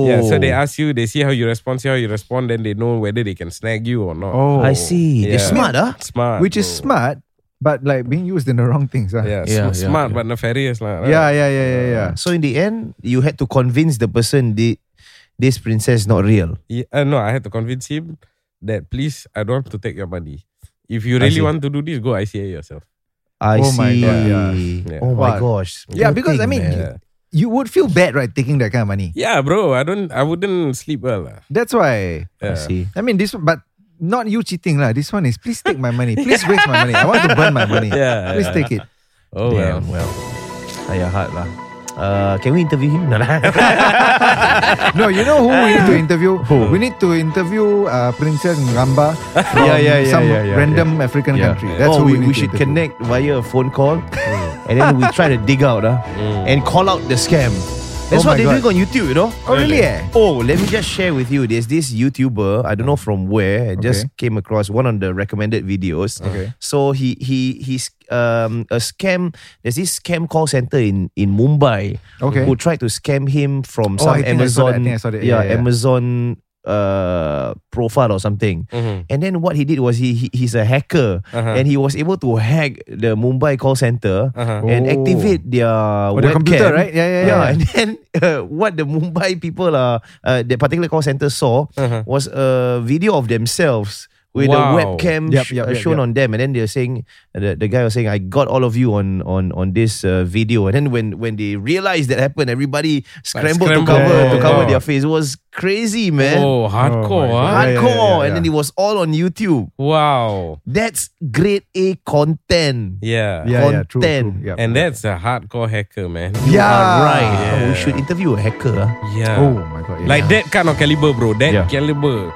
Speaker 2: yeah. So they
Speaker 1: Oh.
Speaker 2: ask you, they see how you respond, see how you respond, then they know whether they can snag you or not.
Speaker 3: Oh,
Speaker 1: I see. They're
Speaker 2: Yeah.
Speaker 1: smart, huh?
Speaker 2: smart,
Speaker 3: Which is
Speaker 2: bro.
Speaker 3: smart, but like being used in the wrong things.
Speaker 2: Oh.
Speaker 3: Huh?
Speaker 2: Yeah,
Speaker 1: Yeah,
Speaker 2: sm-
Speaker 1: yeah,
Speaker 2: smart
Speaker 1: yeah.
Speaker 2: but nefarious. lah. right?
Speaker 3: yeah, yeah, yeah, yeah, yeah.
Speaker 1: So in the end, you had to convince the person the this princess not real.
Speaker 2: He- uh, no, I had to convince him that please, I don't want to take your money. If you
Speaker 1: see.
Speaker 2: really want to do this, go ICA yourself.
Speaker 1: I
Speaker 3: Oh
Speaker 1: see.
Speaker 3: my God, yeah.
Speaker 2: Yeah.
Speaker 1: Oh my
Speaker 3: But-
Speaker 1: gosh.
Speaker 3: Yeah,
Speaker 1: Poor
Speaker 3: because I
Speaker 1: thing,
Speaker 3: mean,
Speaker 1: man.
Speaker 3: you, you would feel bad, right, taking that kind of money.
Speaker 2: Yeah, bro, I don't, I wouldn't sleep well. uh. lah.
Speaker 3: That's why.
Speaker 1: I
Speaker 2: Yeah.
Speaker 1: see.
Speaker 3: I mean, this, but not you cheating, lah. This one is please take my money. Please waste my money. I want to burn my money.
Speaker 2: Yeah,
Speaker 3: please
Speaker 2: yeah.
Speaker 3: take it.
Speaker 2: Oh
Speaker 1: Damn,
Speaker 2: well.
Speaker 1: well. Ayah hard lah. Uh, can we interview him? No lah.
Speaker 3: No, you know who we need to interview? We need to interview uh, Princess Ngamba from
Speaker 1: Yeah, yeah, yeah,
Speaker 3: some
Speaker 1: yeah, yeah,
Speaker 3: random African country. That's
Speaker 1: oh,
Speaker 3: who we,
Speaker 1: we, we
Speaker 3: need to Mm.
Speaker 1: should
Speaker 3: interview.
Speaker 1: connect via a phone call and then we try to dig out uh, and call out the scam. That's
Speaker 3: Oh
Speaker 1: what
Speaker 3: my
Speaker 1: they're
Speaker 3: God.
Speaker 1: doing on YouTube, you know?
Speaker 3: Oh, really? Eh?
Speaker 1: Oh, let me just share with you. There's this YouTuber, I don't know from where, I just came across one on the recommended videos.
Speaker 3: Okay.
Speaker 1: So he he he's um a scam. There's this scam call center in in Mumbai
Speaker 3: Okay.
Speaker 1: who tried to scam him from
Speaker 3: Oh,
Speaker 1: some
Speaker 3: I think I saw that,
Speaker 1: Amazon
Speaker 3: I think I saw that. Yeah,
Speaker 1: Yeah,
Speaker 3: yeah.
Speaker 1: Amazon uh, profile or something.
Speaker 2: Mhm.
Speaker 1: And then what he did was he, he he's a hacker
Speaker 2: Uh-huh.
Speaker 1: and he was able to hack the Mumbai call center
Speaker 2: Uh-huh. Oh,
Speaker 1: and
Speaker 3: Oh.
Speaker 1: activate their
Speaker 3: their
Speaker 1: webcam.
Speaker 3: computer, right? Yeah, yeah, yeah.
Speaker 1: And then uh, what the Mumbai people uh, uh the particular call center saw
Speaker 2: Uh-huh.
Speaker 1: was a video of themselves with
Speaker 2: Wow.
Speaker 1: the webcam
Speaker 3: Yup,
Speaker 1: sh-
Speaker 3: yup,
Speaker 1: uh,
Speaker 3: yup,
Speaker 1: shown
Speaker 3: yup.
Speaker 1: on them, and then they're saying uh, the, the guy was saying, "I got all of you on on on this uh, video." And then when when they realized that happened, everybody scrambled, to
Speaker 2: scrambled.
Speaker 1: cover
Speaker 2: Yeah,
Speaker 1: to
Speaker 2: yeah,
Speaker 1: cover
Speaker 2: yeah.
Speaker 1: their face. It was crazy, man.
Speaker 2: Oh, hardcore. ah.
Speaker 3: my God.
Speaker 1: Hardcore,
Speaker 3: yeah, yeah,
Speaker 1: and
Speaker 3: yeah.
Speaker 1: then it was all on YouTube.
Speaker 2: Wow.
Speaker 1: That's grade A content.
Speaker 2: Yeah.
Speaker 3: yeah, yeah, true,
Speaker 1: content.
Speaker 3: true. Yeah.
Speaker 2: And that's a hardcore hacker, man.
Speaker 1: You
Speaker 3: Yeah.
Speaker 1: are right.
Speaker 2: Yeah.
Speaker 1: Oh, We should interview a hacker. ah.
Speaker 2: Yeah.
Speaker 3: oh my god, yeah.
Speaker 2: Like that kind of caliber, bro. That
Speaker 1: Yeah.
Speaker 2: caliber.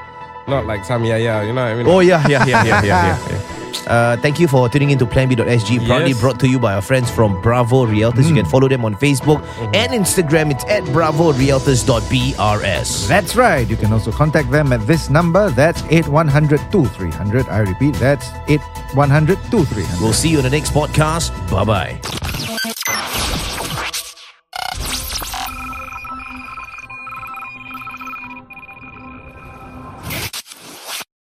Speaker 2: Not like some yeah yeah, you know what I mean?
Speaker 1: Oh yeah, yeah, yeah, yeah, yeah. yeah, yeah. Uh, thank you for tuning in to PlanB.sg, proudly
Speaker 2: Yes.
Speaker 1: brought to you by our friends from Bravo Realtors.
Speaker 3: Mm.
Speaker 1: You can follow them on Facebook and Instagram. It's at Bravo Realtors.brs.
Speaker 3: That's right. You can also contact them at this number. That's 8100 2300. I repeat, that's 8100 2300.
Speaker 1: We'll see you in the next podcast. Bye bye.